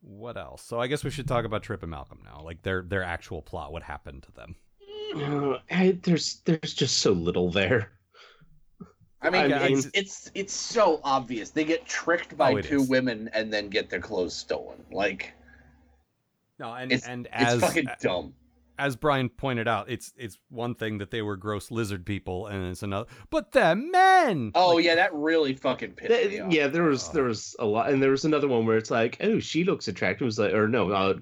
[SPEAKER 4] what else? So I guess we should talk about Trip and Malcolm now. Like their their actual plot, what happened to them.
[SPEAKER 6] Uh, I- there's there's just so little there
[SPEAKER 5] I mean,
[SPEAKER 6] I
[SPEAKER 5] it's,
[SPEAKER 6] mean-
[SPEAKER 5] it's it's so obvious. They get tricked by
[SPEAKER 4] Oh, it
[SPEAKER 5] two
[SPEAKER 4] is.
[SPEAKER 5] women and then get their clothes stolen. Like
[SPEAKER 4] No, and
[SPEAKER 5] It's-
[SPEAKER 4] and
[SPEAKER 5] it's
[SPEAKER 4] as
[SPEAKER 5] fucking dumb.
[SPEAKER 4] as Brian pointed out, it's it's one thing that they were gross lizard people and it's another but they're men.
[SPEAKER 5] Oh
[SPEAKER 4] Like,
[SPEAKER 5] yeah, that really fucking pissed
[SPEAKER 6] Th-
[SPEAKER 5] me off. Um,
[SPEAKER 6] yeah there was there was a lot and there was another one where it's like oh she looks attractive It was like or no uh,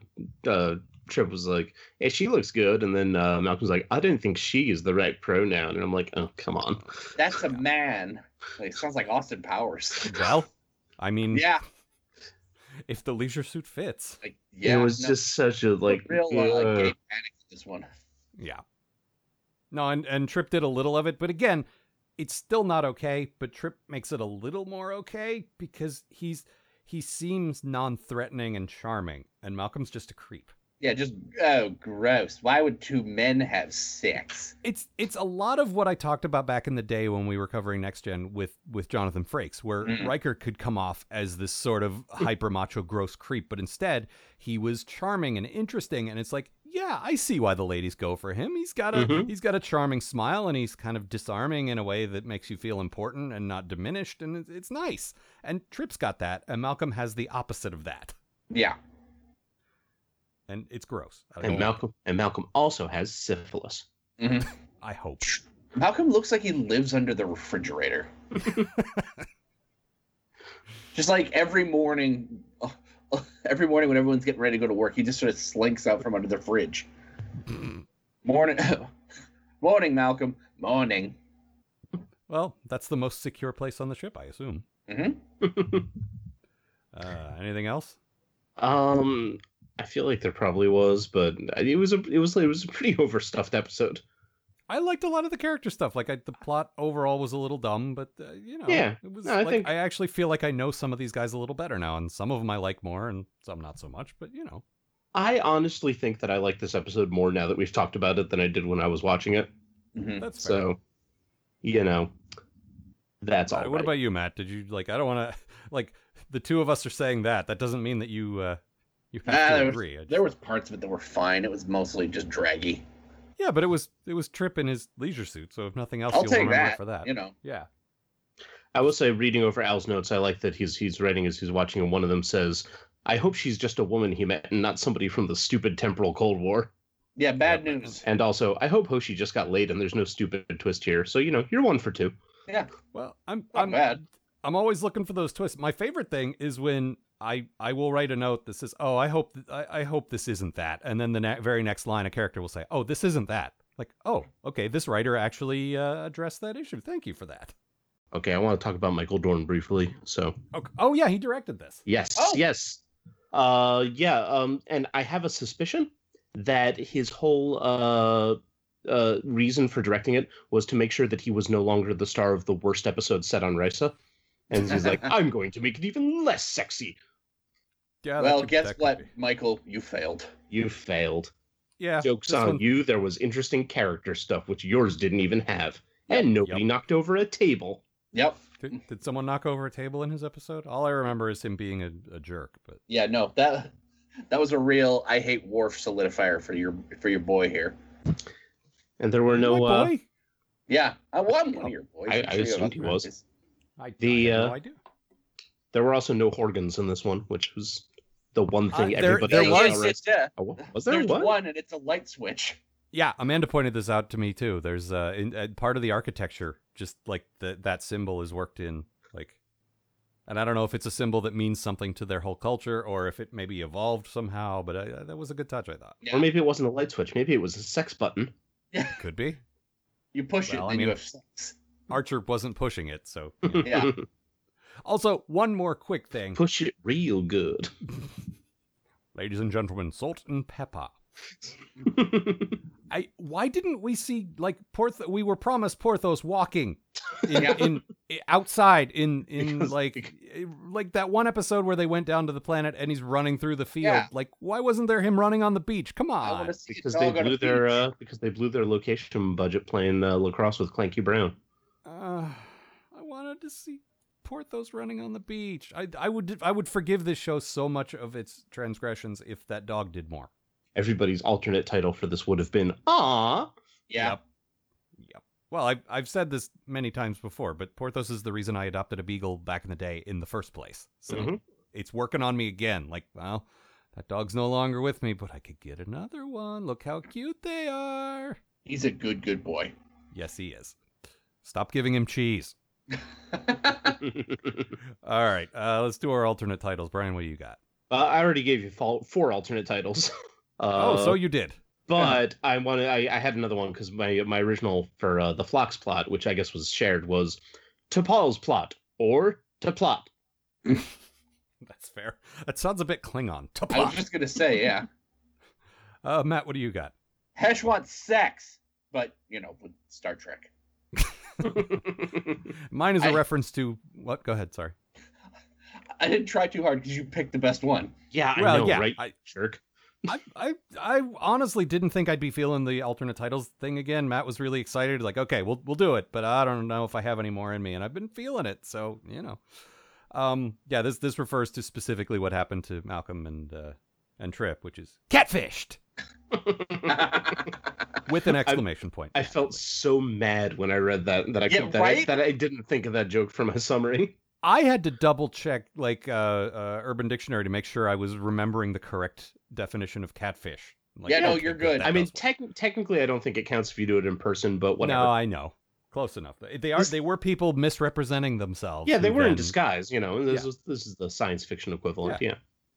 [SPEAKER 6] uh trip was like yeah she looks good and then uh, malcolm's like i don't think she is the right pronoun and i'm like oh come on
[SPEAKER 5] That's a man. Like, sounds like Austin Powers.
[SPEAKER 4] Well, I
[SPEAKER 6] Mm.
[SPEAKER 4] mean
[SPEAKER 5] yeah.
[SPEAKER 4] if the leisure suit fits.
[SPEAKER 5] Like, yeah.
[SPEAKER 6] it was
[SPEAKER 5] no,
[SPEAKER 6] just such a like
[SPEAKER 5] real uh, like,
[SPEAKER 6] ugh.
[SPEAKER 5] gay panic with this one.
[SPEAKER 4] Yeah. No, and, and Trip did a little of it, but again, it's still not okay, but Trip makes it a little more okay because he's he seems non threatening and charming, and Malcolm's just a creep.
[SPEAKER 5] Yeah, just oh gross. Why would two men have sex?
[SPEAKER 4] It's it's a lot of what I talked about back in the day when we were covering next gen with with Jonathan Frakes, where
[SPEAKER 5] Mhm.
[SPEAKER 4] Riker could come off as this sort of hyper macho gross creep, but instead he was charming and interesting, and it's like, yeah, I see why the ladies go for him. He's got a
[SPEAKER 6] Mhm.
[SPEAKER 4] he's got a charming smile, and he's kind of disarming in a way that makes you feel important and not diminished, and it's, it's nice. And Tripp's got that, and Malcolm has the opposite of that,
[SPEAKER 5] Yeah.
[SPEAKER 4] and it's gross. I,
[SPEAKER 6] and
[SPEAKER 4] don't-
[SPEAKER 6] Malcolm and Malcolm also has syphilis.
[SPEAKER 5] hmm
[SPEAKER 4] I hope.
[SPEAKER 5] Malcolm looks like he lives under the refrigerator. just like every morning, every morning when everyone's getting ready to go to work, he just sort of slinks out from under the fridge.
[SPEAKER 6] Mm.
[SPEAKER 5] Morning, morning, Malcolm. Morning.
[SPEAKER 4] Well, that's the most secure place on the ship, I assume.
[SPEAKER 5] Mhm.
[SPEAKER 4] uh, anything else?
[SPEAKER 6] um, I feel like there probably was, but it was a it was it was a pretty overstuffed episode.
[SPEAKER 4] I liked a lot of the character stuff. Like I, the plot overall was a little dumb, but uh, you know,
[SPEAKER 6] Yeah.
[SPEAKER 4] it was.
[SPEAKER 6] No, I
[SPEAKER 4] like,
[SPEAKER 6] think-
[SPEAKER 4] I actually feel like I know some of these guys a little better now, and some of them I like more, and some not so much. But you know,
[SPEAKER 6] I honestly think that I like this episode more now that we've talked about it than I did when I was watching it.
[SPEAKER 5] Mhm.
[SPEAKER 4] that's fair.
[SPEAKER 6] So, you know, that's all.
[SPEAKER 4] Uh, what about you, Matt? Did you like? I don't want to like the two of us are saying that. That doesn't mean that you uh, you have
[SPEAKER 5] Nah,
[SPEAKER 4] to
[SPEAKER 5] there was-
[SPEAKER 4] agree. I just-
[SPEAKER 5] There was parts of it that were fine. It was mostly just draggy.
[SPEAKER 4] yeah, but it was it was Trip in his leisure suit. So if nothing else,
[SPEAKER 5] I'll
[SPEAKER 4] you'll
[SPEAKER 5] take
[SPEAKER 4] remember it
[SPEAKER 5] that,
[SPEAKER 4] for that.
[SPEAKER 5] You know,
[SPEAKER 4] Yeah.
[SPEAKER 6] I will say, reading over Al's notes, I like that he's he's writing as he's watching, and one of them says, "I hope she's just a woman he met and not somebody from the stupid temporal Cold War."
[SPEAKER 5] yeah. Bad
[SPEAKER 4] Yep.
[SPEAKER 5] news.
[SPEAKER 6] And also, I hope Hoshi just got laid and there's no stupid twist here. So, you know, you're one for two.
[SPEAKER 4] Well, I'm
[SPEAKER 5] Not
[SPEAKER 4] I'm
[SPEAKER 5] bad.
[SPEAKER 4] I'm always looking for those twists. My favorite thing is when I I will write a note that says, "Oh, I hope th- I, I hope this isn't that," and then the na- very next line a character will say, "Oh, this isn't that." Like, oh, okay, this writer actually uh, addressed that issue. Thank you for that.
[SPEAKER 6] Okay, I want to talk about Michael Dorn briefly. So,
[SPEAKER 4] Okay. Oh yeah, he directed this.
[SPEAKER 6] yes,
[SPEAKER 5] Oh.
[SPEAKER 6] yes. Uh yeah, um and I have a suspicion that his whole uh uh reason for directing it was to make sure that he was no longer the star of the worst episode set on Risa. And he's like, I'm going to make it even less sexy.
[SPEAKER 4] Yeah. that
[SPEAKER 5] well,
[SPEAKER 4] could-
[SPEAKER 5] guess
[SPEAKER 4] that could
[SPEAKER 5] what,
[SPEAKER 4] be.
[SPEAKER 5] Michael? You failed.
[SPEAKER 6] You failed.
[SPEAKER 4] Yeah.
[SPEAKER 6] Joke's
[SPEAKER 4] this
[SPEAKER 6] on
[SPEAKER 4] one-
[SPEAKER 6] you. There was interesting character stuff, which yours didn't even have. And nobody
[SPEAKER 4] Yep.
[SPEAKER 6] knocked over a table.
[SPEAKER 5] Yep.
[SPEAKER 4] Did, did someone knock over a table in his episode? All I remember is him being a, a jerk. But
[SPEAKER 5] Yeah. No. That that was a real I hate Worf solidifier for your for your boy here.
[SPEAKER 6] And there were no.
[SPEAKER 4] My
[SPEAKER 6] uh,
[SPEAKER 4] boy?
[SPEAKER 5] Yeah, I want one of your boys.
[SPEAKER 6] I-
[SPEAKER 5] I'm
[SPEAKER 6] I
[SPEAKER 5] sure you
[SPEAKER 6] assumed
[SPEAKER 5] have
[SPEAKER 6] he was.
[SPEAKER 5] others.
[SPEAKER 4] I,
[SPEAKER 6] the,
[SPEAKER 4] I had
[SPEAKER 6] uh,
[SPEAKER 4] no idea.
[SPEAKER 6] there were also no Horgans in this one, which was the one
[SPEAKER 4] Uh,
[SPEAKER 6] thing
[SPEAKER 4] there-
[SPEAKER 6] everybody
[SPEAKER 4] there
[SPEAKER 6] else
[SPEAKER 4] was-
[SPEAKER 5] Yeah,
[SPEAKER 6] already-
[SPEAKER 5] yeah.
[SPEAKER 6] Oh, wa- was there
[SPEAKER 5] There's
[SPEAKER 6] one?
[SPEAKER 5] one, and it's a light switch.
[SPEAKER 4] Yeah, Amanda pointed this out to me too. There's uh, in, uh part of the architecture, just like the, that symbol is worked in, like, and I don't know if it's a symbol that means something to their whole culture or if it maybe evolved somehow. But I, that was a good touch, I thought.
[SPEAKER 5] Yeah.
[SPEAKER 6] Or maybe it wasn't a light switch. Maybe it was a sex button.
[SPEAKER 4] Could be.
[SPEAKER 5] You push
[SPEAKER 4] Well, I
[SPEAKER 5] it, and
[SPEAKER 4] mean-
[SPEAKER 5] you have sex.
[SPEAKER 4] Archer wasn't pushing it, so. you know.
[SPEAKER 5] Yeah.
[SPEAKER 4] also, one more quick thing,
[SPEAKER 6] Push it real good.
[SPEAKER 4] ladies and gentlemen, salt and pepper. I why didn't we see like Porth? We were promised Porthos walking in,
[SPEAKER 5] Yeah.
[SPEAKER 4] in i- outside in in
[SPEAKER 6] Because-
[SPEAKER 4] like i- like that one episode where they went down to the planet and he's running through the field.
[SPEAKER 5] Yeah.
[SPEAKER 4] Like why wasn't there him running on the beach? Come
[SPEAKER 5] I want
[SPEAKER 4] on,
[SPEAKER 5] to see
[SPEAKER 6] because
[SPEAKER 5] it
[SPEAKER 6] they
[SPEAKER 5] dog on a
[SPEAKER 6] blew their
[SPEAKER 5] beach.
[SPEAKER 6] uh, because they blew their location budget playing uh, lacrosse with Clanky Brown.
[SPEAKER 4] uh, I wanted to see Porthos running on the beach. I I would I would forgive this show so much of its transgressions if that dog did more.
[SPEAKER 6] Everybody's alternate title for this would have been "Ah."
[SPEAKER 5] yeah.
[SPEAKER 4] Yep. Yep. Well, I've, I've said this many times before, but Porthos is the reason I adopted a beagle back in the day in the first place. So
[SPEAKER 5] Mm-hmm.
[SPEAKER 6] Mhm.
[SPEAKER 4] it's working on me again. Like, well, that dog's no longer with me, but I could get another one. Look how cute they are.
[SPEAKER 5] He's a good, good boy.
[SPEAKER 4] Yes, he is. Stop giving him cheese.
[SPEAKER 6] Mm-hmm.
[SPEAKER 4] All right. Uh, let's do our alternate titles. Brian, what do you got?
[SPEAKER 6] Uh, I already gave you fol- four alternate titles. Uh,
[SPEAKER 4] oh, so you did.
[SPEAKER 6] but I want to. I, I had another one because my my original for uh, the Flox plot, which I guess was shared, was to Paul's plot or to plot.
[SPEAKER 4] That's fair. That sounds a bit Klingon.
[SPEAKER 5] I was
[SPEAKER 4] Taplak.
[SPEAKER 5] just gonna say, yeah.
[SPEAKER 4] Uh, Matt, what do you got?
[SPEAKER 5] Hesh wants sex, but you know, with Star Trek.
[SPEAKER 4] Mine is a
[SPEAKER 5] I-
[SPEAKER 4] reference to what? Go ahead. Sorry.
[SPEAKER 5] I didn't try too hard because you picked the best one.
[SPEAKER 6] Yeah, I
[SPEAKER 4] Well,
[SPEAKER 6] know,
[SPEAKER 4] yeah,
[SPEAKER 6] right?
[SPEAKER 4] I-
[SPEAKER 6] Jerk.
[SPEAKER 4] I, I I honestly didn't think I'd be feeling the alternate titles thing again. Matt was really excited, like, okay, we'll we'll do it, but I don't know if I have any more in me, and I've been feeling it, so you know. Um, yeah, this this refers to specifically what happened to Malcolm and uh, and Trip, which is catfished with an exclamation point.
[SPEAKER 6] I felt so mad when I read that that I
[SPEAKER 5] Yeah,
[SPEAKER 6] could, that, I,
[SPEAKER 5] right?
[SPEAKER 6] that I didn't think of that joke for my summary.
[SPEAKER 4] I had to double check like uh, uh, Urban Dictionary to make sure I was remembering the correct definition of catfish. Like,
[SPEAKER 5] Yeah, no,
[SPEAKER 4] okay,
[SPEAKER 5] you're good.
[SPEAKER 4] that
[SPEAKER 6] I mean,
[SPEAKER 4] does work.
[SPEAKER 6] tec- technically, I don't think it counts if you do it in person, but whatever.
[SPEAKER 4] no, I know, close enough. They- They are
[SPEAKER 6] This-
[SPEAKER 4] they were people misrepresenting themselves.
[SPEAKER 6] yeah, they
[SPEAKER 4] who
[SPEAKER 6] were in
[SPEAKER 4] then-
[SPEAKER 6] disguise. You know, this
[SPEAKER 4] Yeah.
[SPEAKER 6] is this is the science fiction equivalent. Yeah.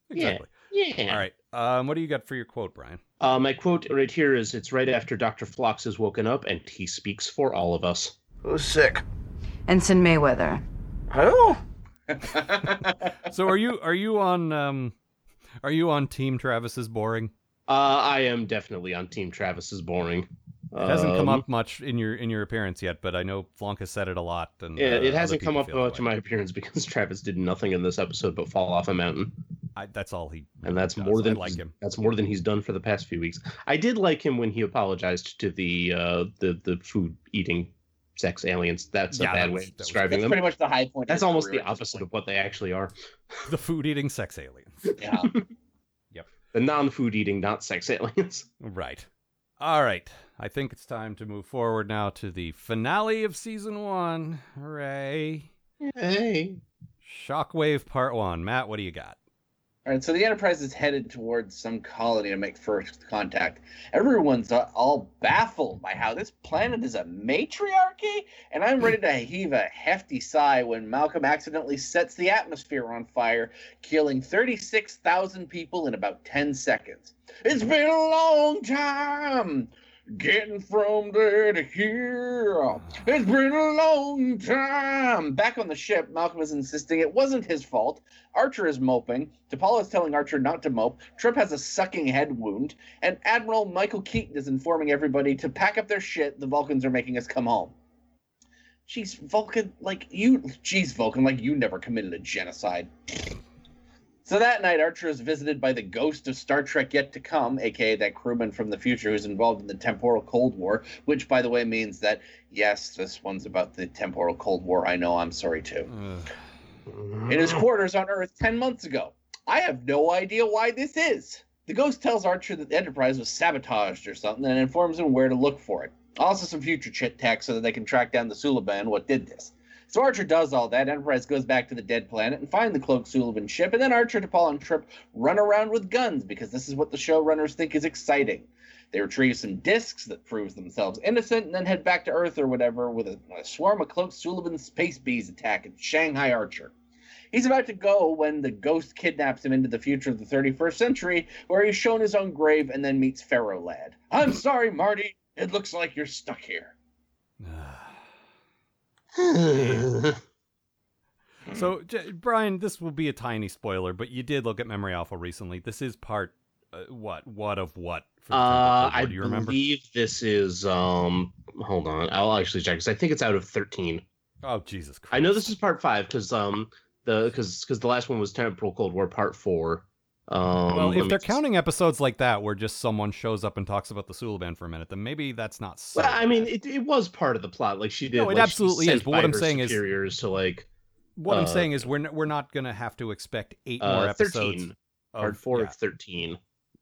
[SPEAKER 4] Exactly.
[SPEAKER 6] Yeah.
[SPEAKER 4] All right. Um, what do you got for your quote, Brian?
[SPEAKER 6] Uh, my quote right here is it's right after Dr. Flox has woken up and he speaks for all of us.
[SPEAKER 7] Who's sick?
[SPEAKER 8] Ensign Mayweather.
[SPEAKER 7] Who?
[SPEAKER 4] So are you are you on um, are you on Team Travis's boring?
[SPEAKER 6] Uh, I am definitely on Team Travis is boring. Um,
[SPEAKER 4] It hasn't come up much in your in your appearance yet, but I know Flonk has said it a lot. And
[SPEAKER 6] Yeah,
[SPEAKER 4] uh,
[SPEAKER 6] it
[SPEAKER 4] other
[SPEAKER 6] hasn't come
[SPEAKER 4] people
[SPEAKER 6] up
[SPEAKER 4] feel that
[SPEAKER 6] much in
[SPEAKER 4] way.
[SPEAKER 6] my appearance because Travis did nothing in this episode but fall off a mountain,
[SPEAKER 4] I, that's all he.
[SPEAKER 6] and that's
[SPEAKER 4] does.
[SPEAKER 6] more than
[SPEAKER 4] I like him.
[SPEAKER 6] That's more than he's done for the past few weeks. I did like him when he apologized to the uh, the the food eating sex aliens. That's
[SPEAKER 4] Yeah,
[SPEAKER 6] a bad
[SPEAKER 4] that was-
[SPEAKER 6] way
[SPEAKER 4] that
[SPEAKER 6] of
[SPEAKER 4] was-
[SPEAKER 6] describing
[SPEAKER 5] That's
[SPEAKER 6] them.
[SPEAKER 5] pretty much the high point. of
[SPEAKER 6] That's
[SPEAKER 5] his
[SPEAKER 6] almost
[SPEAKER 5] career
[SPEAKER 6] the
[SPEAKER 5] at this
[SPEAKER 6] opposite
[SPEAKER 5] point.
[SPEAKER 6] of what they actually are.
[SPEAKER 4] The food eating sex aliens.
[SPEAKER 5] Yeah.
[SPEAKER 6] The non-food eating, not sex aliens.
[SPEAKER 4] Right. All right. I think it's time to move forward now to the finale of season one. Hooray!
[SPEAKER 6] Hey.
[SPEAKER 4] Shockwave Part One. Matt, what do you got?
[SPEAKER 5] All right, so the Enterprise is headed towards some colony to make first contact. Everyone's a- all baffled by how this planet is a matriarchy, and I'm ready to heave a hefty sigh when Malcolm accidentally sets the atmosphere on fire, killing 36,000 people in about 10 seconds. It's been a long time getting from there to here. It's been a long time. Back on the ship, Malcolm is insisting it wasn't his fault. Archer is moping. DePaul is telling Archer not to mope. Trip has a sucking head wound. And Admiral Michael Keaton is informing everybody to pack up their shit. The Vulcans are making us come home. Jeez, Vulcan, like you. Jeez, Vulcan, like you never committed a genocide. So that night, Archer is visited by the ghost of Star Trek Yet to Come, aka that crewman from the future who's involved in the temporal Cold War, which, by the way, means that, yes, this one's about the temporal Cold War. I know, I'm sorry too.
[SPEAKER 4] Ugh.
[SPEAKER 5] In his quarters on Earth 10 months ago. I have no idea why this is. The ghost tells Archer that the Enterprise was sabotaged or something and informs him where to look for it. Also, some future chit tech so that they can track down the Suliban and what did this. So Archer does all that. Enterprise goes back to the dead planet and find the cloaked Sullivan ship, and then Archer, DePaul, and Trip run around with guns because this is what the showrunners think is exciting. They retrieve some discs that proves themselves innocent, and then head back to Earth or whatever with a, a swarm of cloaked Sullivan space bees attack at Shanghai Archer. He's about to go when the ghost kidnaps him into the future of the 31st century, where he's shown his own grave and then meets Pharaoh Lad. I'm sorry, Marty. It looks like you're stuck here.
[SPEAKER 4] So, J- Brian, this will be a tiny spoiler, but you did look at Memory Alpha recently. This is part uh, what? What of what? For the Temple
[SPEAKER 6] Uh,
[SPEAKER 4] Cold War,
[SPEAKER 6] I
[SPEAKER 4] do you remember?
[SPEAKER 6] believe this is. um Hold on, I'll actually check because I think it's out of thirteen.
[SPEAKER 4] Oh Jesus Christ!
[SPEAKER 6] I know this is part five because um the because because the last one was Temporal Cold War Part Four. Um,
[SPEAKER 4] Well,
[SPEAKER 6] let
[SPEAKER 4] if
[SPEAKER 6] me
[SPEAKER 4] they're
[SPEAKER 6] just-
[SPEAKER 4] counting episodes like that, where just someone shows up and talks about the Suliban for a minute, then maybe that's not. So
[SPEAKER 6] well, I mean,
[SPEAKER 4] bad.
[SPEAKER 6] it, it was part of the plot. Like she did.
[SPEAKER 4] No, it
[SPEAKER 6] like,
[SPEAKER 4] absolutely
[SPEAKER 6] she was
[SPEAKER 4] is,
[SPEAKER 6] sent
[SPEAKER 4] but what
[SPEAKER 6] by
[SPEAKER 4] I'm
[SPEAKER 6] her
[SPEAKER 4] saying is-
[SPEAKER 6] superiors to like
[SPEAKER 4] what I'm
[SPEAKER 6] uh,
[SPEAKER 4] saying is, we're n- we're not gonna have to expect eight more
[SPEAKER 6] uh,
[SPEAKER 4] episodes.
[SPEAKER 6] thirteen.
[SPEAKER 4] of-
[SPEAKER 6] Part four
[SPEAKER 4] yeah.
[SPEAKER 6] of thirteen.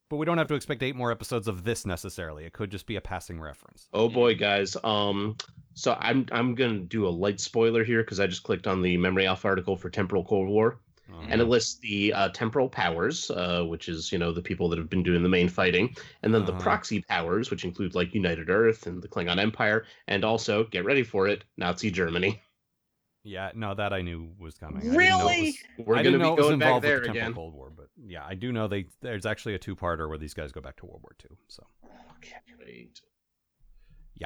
[SPEAKER 4] but we don't have to expect eight more episodes of this necessarily. It could just be a passing reference.
[SPEAKER 6] Oh boy, guys. Um, so I'm I'm gonna do a light spoiler here because I just clicked on the Memory Alpha article for Temporal Cold War,
[SPEAKER 4] Um,
[SPEAKER 6] and it lists the uh, temporal powers, uh, which is you know the people that have been doing the main fighting, and then the
[SPEAKER 4] Uh-huh.
[SPEAKER 6] proxy powers, which include like United Earth and the Klingon Empire, and also get ready for it, Nazi Germany.
[SPEAKER 4] yeah, no, that I knew was coming. I didn't know it
[SPEAKER 5] Really?
[SPEAKER 4] was-
[SPEAKER 6] We're
[SPEAKER 4] I
[SPEAKER 6] gonna
[SPEAKER 4] didn't know
[SPEAKER 6] be
[SPEAKER 4] it was
[SPEAKER 6] going back
[SPEAKER 4] involved
[SPEAKER 6] there
[SPEAKER 4] with the Temple
[SPEAKER 6] again.
[SPEAKER 4] Cold War, but yeah, I do know they there's actually a two-parter where these guys go back to World War II. So
[SPEAKER 6] Great.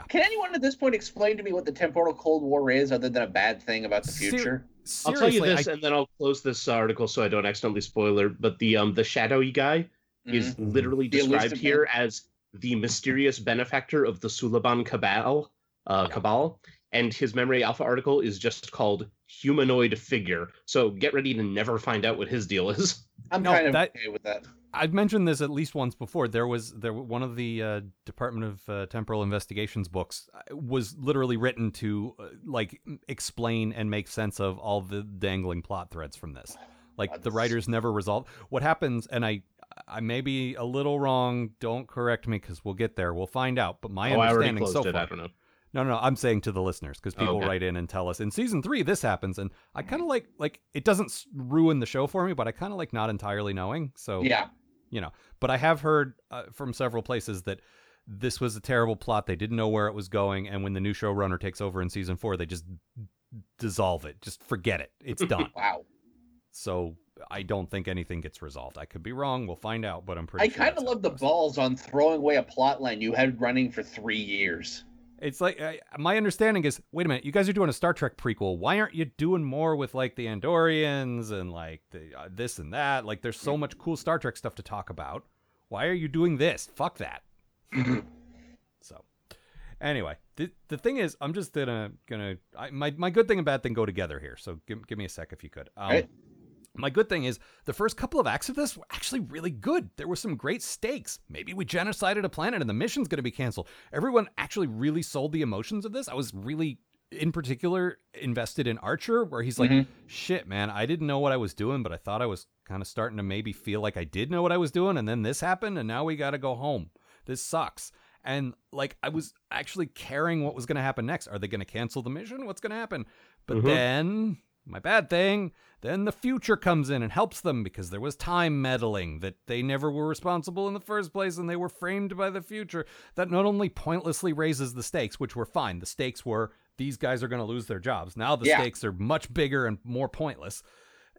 [SPEAKER 5] Can anyone at this point explain to me what the temporal Cold War is other than a bad thing about the
[SPEAKER 4] Ser-
[SPEAKER 5] future?
[SPEAKER 6] I'll
[SPEAKER 4] seriously,
[SPEAKER 6] tell you this,
[SPEAKER 4] I-
[SPEAKER 6] and then I'll close this article so I don't accidentally spoiler. But the um the shadowy guy
[SPEAKER 5] Mhm.
[SPEAKER 6] is literally
[SPEAKER 5] The
[SPEAKER 6] described
[SPEAKER 5] elusive
[SPEAKER 6] here as the mysterious benefactor of the Suliban Cabal, uh, Cabal, and his Memory Alpha article is just called humanoid figure. So get ready to never find out what his deal is.
[SPEAKER 5] I'm
[SPEAKER 4] No,
[SPEAKER 5] kind of
[SPEAKER 4] that-
[SPEAKER 5] okay with that.
[SPEAKER 4] I've mentioned this at least once before. There was there one of the uh, Department of uh, Temporal Investigations books uh, was literally written to uh, like m- explain and make sense of all the dangling plot threads from this. Like
[SPEAKER 5] God,
[SPEAKER 4] the
[SPEAKER 5] this is-
[SPEAKER 4] writers never resolve what happens, and I I may be a little wrong. Don't correct me because we'll get there. We'll find out. But my
[SPEAKER 6] oh, I already
[SPEAKER 4] understanding
[SPEAKER 6] closed
[SPEAKER 4] so
[SPEAKER 6] it.
[SPEAKER 4] far.
[SPEAKER 6] I don't know.
[SPEAKER 4] No, no, no, I'm saying to the listeners because
[SPEAKER 6] Oh,
[SPEAKER 4] people
[SPEAKER 6] okay.
[SPEAKER 4] write in and tell us in season three this happens, and I kind of like like it doesn't s- ruin the show for me, but I kind of like not entirely knowing. So
[SPEAKER 5] Yeah.
[SPEAKER 4] you know, but I have heard uh, from several places that this was a terrible plot. They didn't know where it was going, and when the new showrunner takes over in season four, they just dissolve it, just forget it, it's done.
[SPEAKER 5] Wow.
[SPEAKER 4] so I don't think anything gets resolved. I could be wrong. We'll find out, but I'm pretty.
[SPEAKER 5] I
[SPEAKER 4] sure
[SPEAKER 5] kind
[SPEAKER 4] that's
[SPEAKER 5] of
[SPEAKER 4] how
[SPEAKER 5] love
[SPEAKER 4] it
[SPEAKER 5] the
[SPEAKER 4] goes.
[SPEAKER 5] balls on throwing away a plot line you had running for three years.
[SPEAKER 4] It's like I, my understanding is, wait a minute, you guys are doing a Star Trek prequel. Why aren't you doing more with like the Andorians and like the uh, this and that? Like, there's so much cool Star Trek stuff to talk about. Why are you doing this? Fuck that. so, anyway, the the thing is, I'm just gonna gonna I, my my good thing and bad thing go together here. So give give me a sec if you could. Um,
[SPEAKER 5] Right.
[SPEAKER 4] My good thing is the first couple of acts of this were actually really good. There were some great stakes. Maybe we genocided a planet and the mission's going to be canceled. Everyone actually really sold the emotions of this. I was really, in particular, invested in Archer, where he's like,
[SPEAKER 5] Mhm.
[SPEAKER 4] shit, man, I didn't know what I was doing, but I thought I was kind of starting to maybe feel like I did know what I was doing. And then this happened, and now we got to go home. This sucks. And like, I was actually caring what was going to happen next. Are they going to cancel the mission? What's going to happen? But
[SPEAKER 6] Mhm.
[SPEAKER 4] then, my bad thing, then the future comes in and helps them because there was time meddling that they never were responsible in the first place and they were framed by the future. That not only pointlessly raises the stakes, which were fine, the stakes were these guys are going to lose their jobs. Now the
[SPEAKER 5] Yeah.
[SPEAKER 4] stakes are much bigger and more pointless.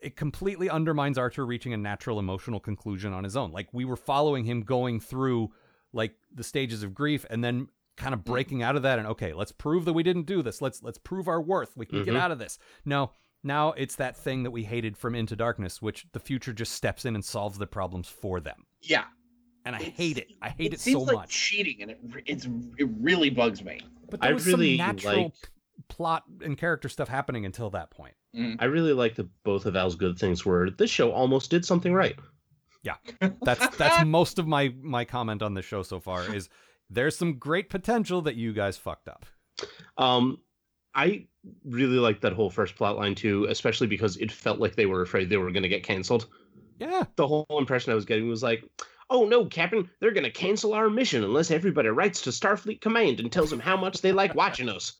[SPEAKER 4] It completely undermines Archer reaching a natural emotional conclusion on his own. Like we were following him going through like the stages of grief and then kind
[SPEAKER 5] Hmm.
[SPEAKER 4] of breaking out of that and okay, let's prove that we didn't do this. Let's let's prove our worth. We can get
[SPEAKER 6] Mhm.
[SPEAKER 5] Mm-hmm.
[SPEAKER 4] out of this. No, now it's that thing that we hated from Into Darkness, which the future just steps in and solves the problems for them.
[SPEAKER 5] Yeah.
[SPEAKER 4] And I
[SPEAKER 5] It
[SPEAKER 4] hate it. I hate it,
[SPEAKER 5] seems
[SPEAKER 4] so
[SPEAKER 5] like
[SPEAKER 4] much.
[SPEAKER 5] cheating, and it, it's, it really bugs me.
[SPEAKER 4] But
[SPEAKER 6] I
[SPEAKER 4] there was
[SPEAKER 6] really
[SPEAKER 4] some natural
[SPEAKER 6] like-
[SPEAKER 4] plot and character stuff happening until that point.
[SPEAKER 6] I really like that both of Al's good things were this show almost did something right.
[SPEAKER 4] That's that's most of my my comment on the show so far is there's some great potential that you guys fucked up.
[SPEAKER 6] Um, I really liked that whole first plot line too, especially because it felt like they were afraid they were going to get canceled.
[SPEAKER 4] Yeah.
[SPEAKER 6] The whole impression I was getting was like, "Oh no, Captain, they're going to cancel our mission unless everybody writes to Starfleet Command and tells them how much they like watching us."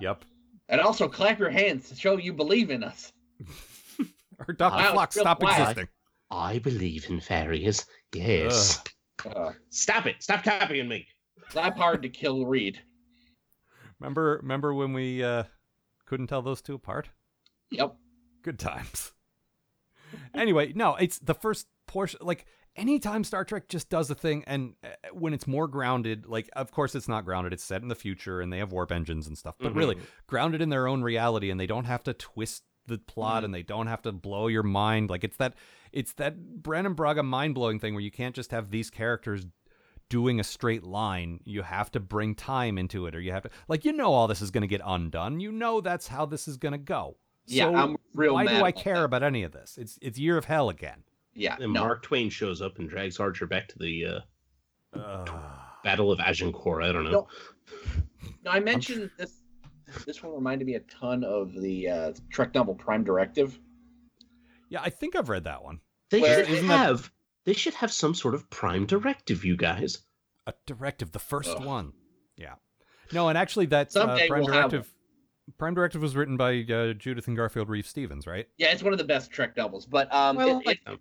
[SPEAKER 4] Yep.
[SPEAKER 5] And also clap your hands to show you believe in us.
[SPEAKER 4] Or Dr.
[SPEAKER 5] Wow,
[SPEAKER 4] Flock
[SPEAKER 5] real
[SPEAKER 4] stop
[SPEAKER 5] quiet.
[SPEAKER 4] existing.
[SPEAKER 6] I believe in fairies. Yes.
[SPEAKER 5] Uh,
[SPEAKER 6] Stop it! Stop copying me.
[SPEAKER 5] clap hard to kill Reed.
[SPEAKER 4] Remember remember when we uh couldn't tell those two apart?
[SPEAKER 5] Yep.
[SPEAKER 4] good times. anyway, no, it's the first portion. Like anytime Star Trek just does a thing, and uh, when it's more grounded, like of course it's not grounded. It's set in the future, and they have warp engines and stuff. But really,
[SPEAKER 5] Mm-hmm.
[SPEAKER 4] grounded in their own reality, and they don't have to twist the
[SPEAKER 5] Mm-hmm.
[SPEAKER 4] plot, and they don't have to blow your mind. Like it's that, it's that Brandon Braga mind blowing thing where you can't just have these characters doing a straight line you have to bring time into it or you have to like you know all this is going to get undone you know that's how this is going to go
[SPEAKER 5] Yeah,
[SPEAKER 4] So-
[SPEAKER 5] I'm real
[SPEAKER 4] why
[SPEAKER 5] mad
[SPEAKER 4] do I
[SPEAKER 5] about
[SPEAKER 4] care
[SPEAKER 5] that.
[SPEAKER 4] about any of this? It's it's year of hell again.
[SPEAKER 5] Yeah.
[SPEAKER 6] And
[SPEAKER 5] no.
[SPEAKER 6] Mark Twain shows up and drags Archer back to the uh, Battle of Agincourt. I don't know.
[SPEAKER 5] No. No, I mentioned this. This one reminded me a ton of the uh, Trek novel Prime Directive.
[SPEAKER 4] yeah, I think I've read that one.
[SPEAKER 6] They
[SPEAKER 5] Where
[SPEAKER 6] should
[SPEAKER 5] isn't that-
[SPEAKER 6] have. They should have some sort of prime directive, you guys.
[SPEAKER 4] A directive, the first
[SPEAKER 5] Ugh.
[SPEAKER 4] one. Yeah. No, and actually, that's uh,
[SPEAKER 5] Someday
[SPEAKER 4] prime
[SPEAKER 5] we'll have
[SPEAKER 4] directive. Prime directive was written by uh, Judith and Garfield Reeve Stevens, right?
[SPEAKER 5] Yeah, it's one of the best Trek novels, but um,
[SPEAKER 6] Well, I
[SPEAKER 5] it,
[SPEAKER 6] like
[SPEAKER 5] it,
[SPEAKER 6] them.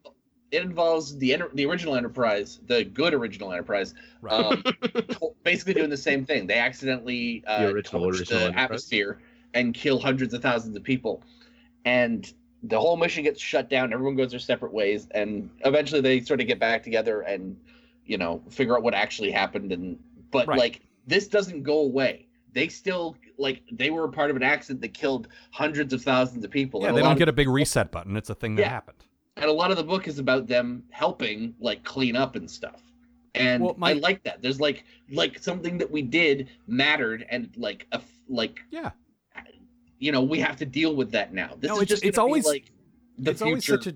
[SPEAKER 5] it involves the enter- the original Enterprise, the good original Enterprise,
[SPEAKER 4] Right.
[SPEAKER 5] um, to- basically doing the same thing. They accidentally uh,
[SPEAKER 6] The original,
[SPEAKER 5] torch
[SPEAKER 6] original
[SPEAKER 5] the
[SPEAKER 6] Enterprise.
[SPEAKER 5] atmosphere and kill hundreds of thousands of people, and the whole mission gets shut down. Everyone goes their separate ways, and eventually they sort of get back together and you know figure out what actually happened. And but
[SPEAKER 4] Right.
[SPEAKER 5] like this doesn't go away. They still like they were a part of an accident that killed hundreds of thousands of people.
[SPEAKER 4] yeah,
[SPEAKER 5] and
[SPEAKER 4] they
[SPEAKER 5] a lot
[SPEAKER 4] don't
[SPEAKER 5] of
[SPEAKER 4] get a big reset button. It's a thing that
[SPEAKER 5] Yeah.
[SPEAKER 4] happened.
[SPEAKER 5] and a lot of the book is about them helping like clean up and stuff and
[SPEAKER 4] Well, my-
[SPEAKER 5] i like that there's like like something that we did mattered and like a f- like
[SPEAKER 4] Yeah.
[SPEAKER 5] you know we have to deal with that now this
[SPEAKER 4] No,
[SPEAKER 5] is
[SPEAKER 4] it's-
[SPEAKER 5] just
[SPEAKER 4] it's
[SPEAKER 5] gonna be,
[SPEAKER 4] always-
[SPEAKER 5] like the
[SPEAKER 4] it's
[SPEAKER 5] future
[SPEAKER 4] always such a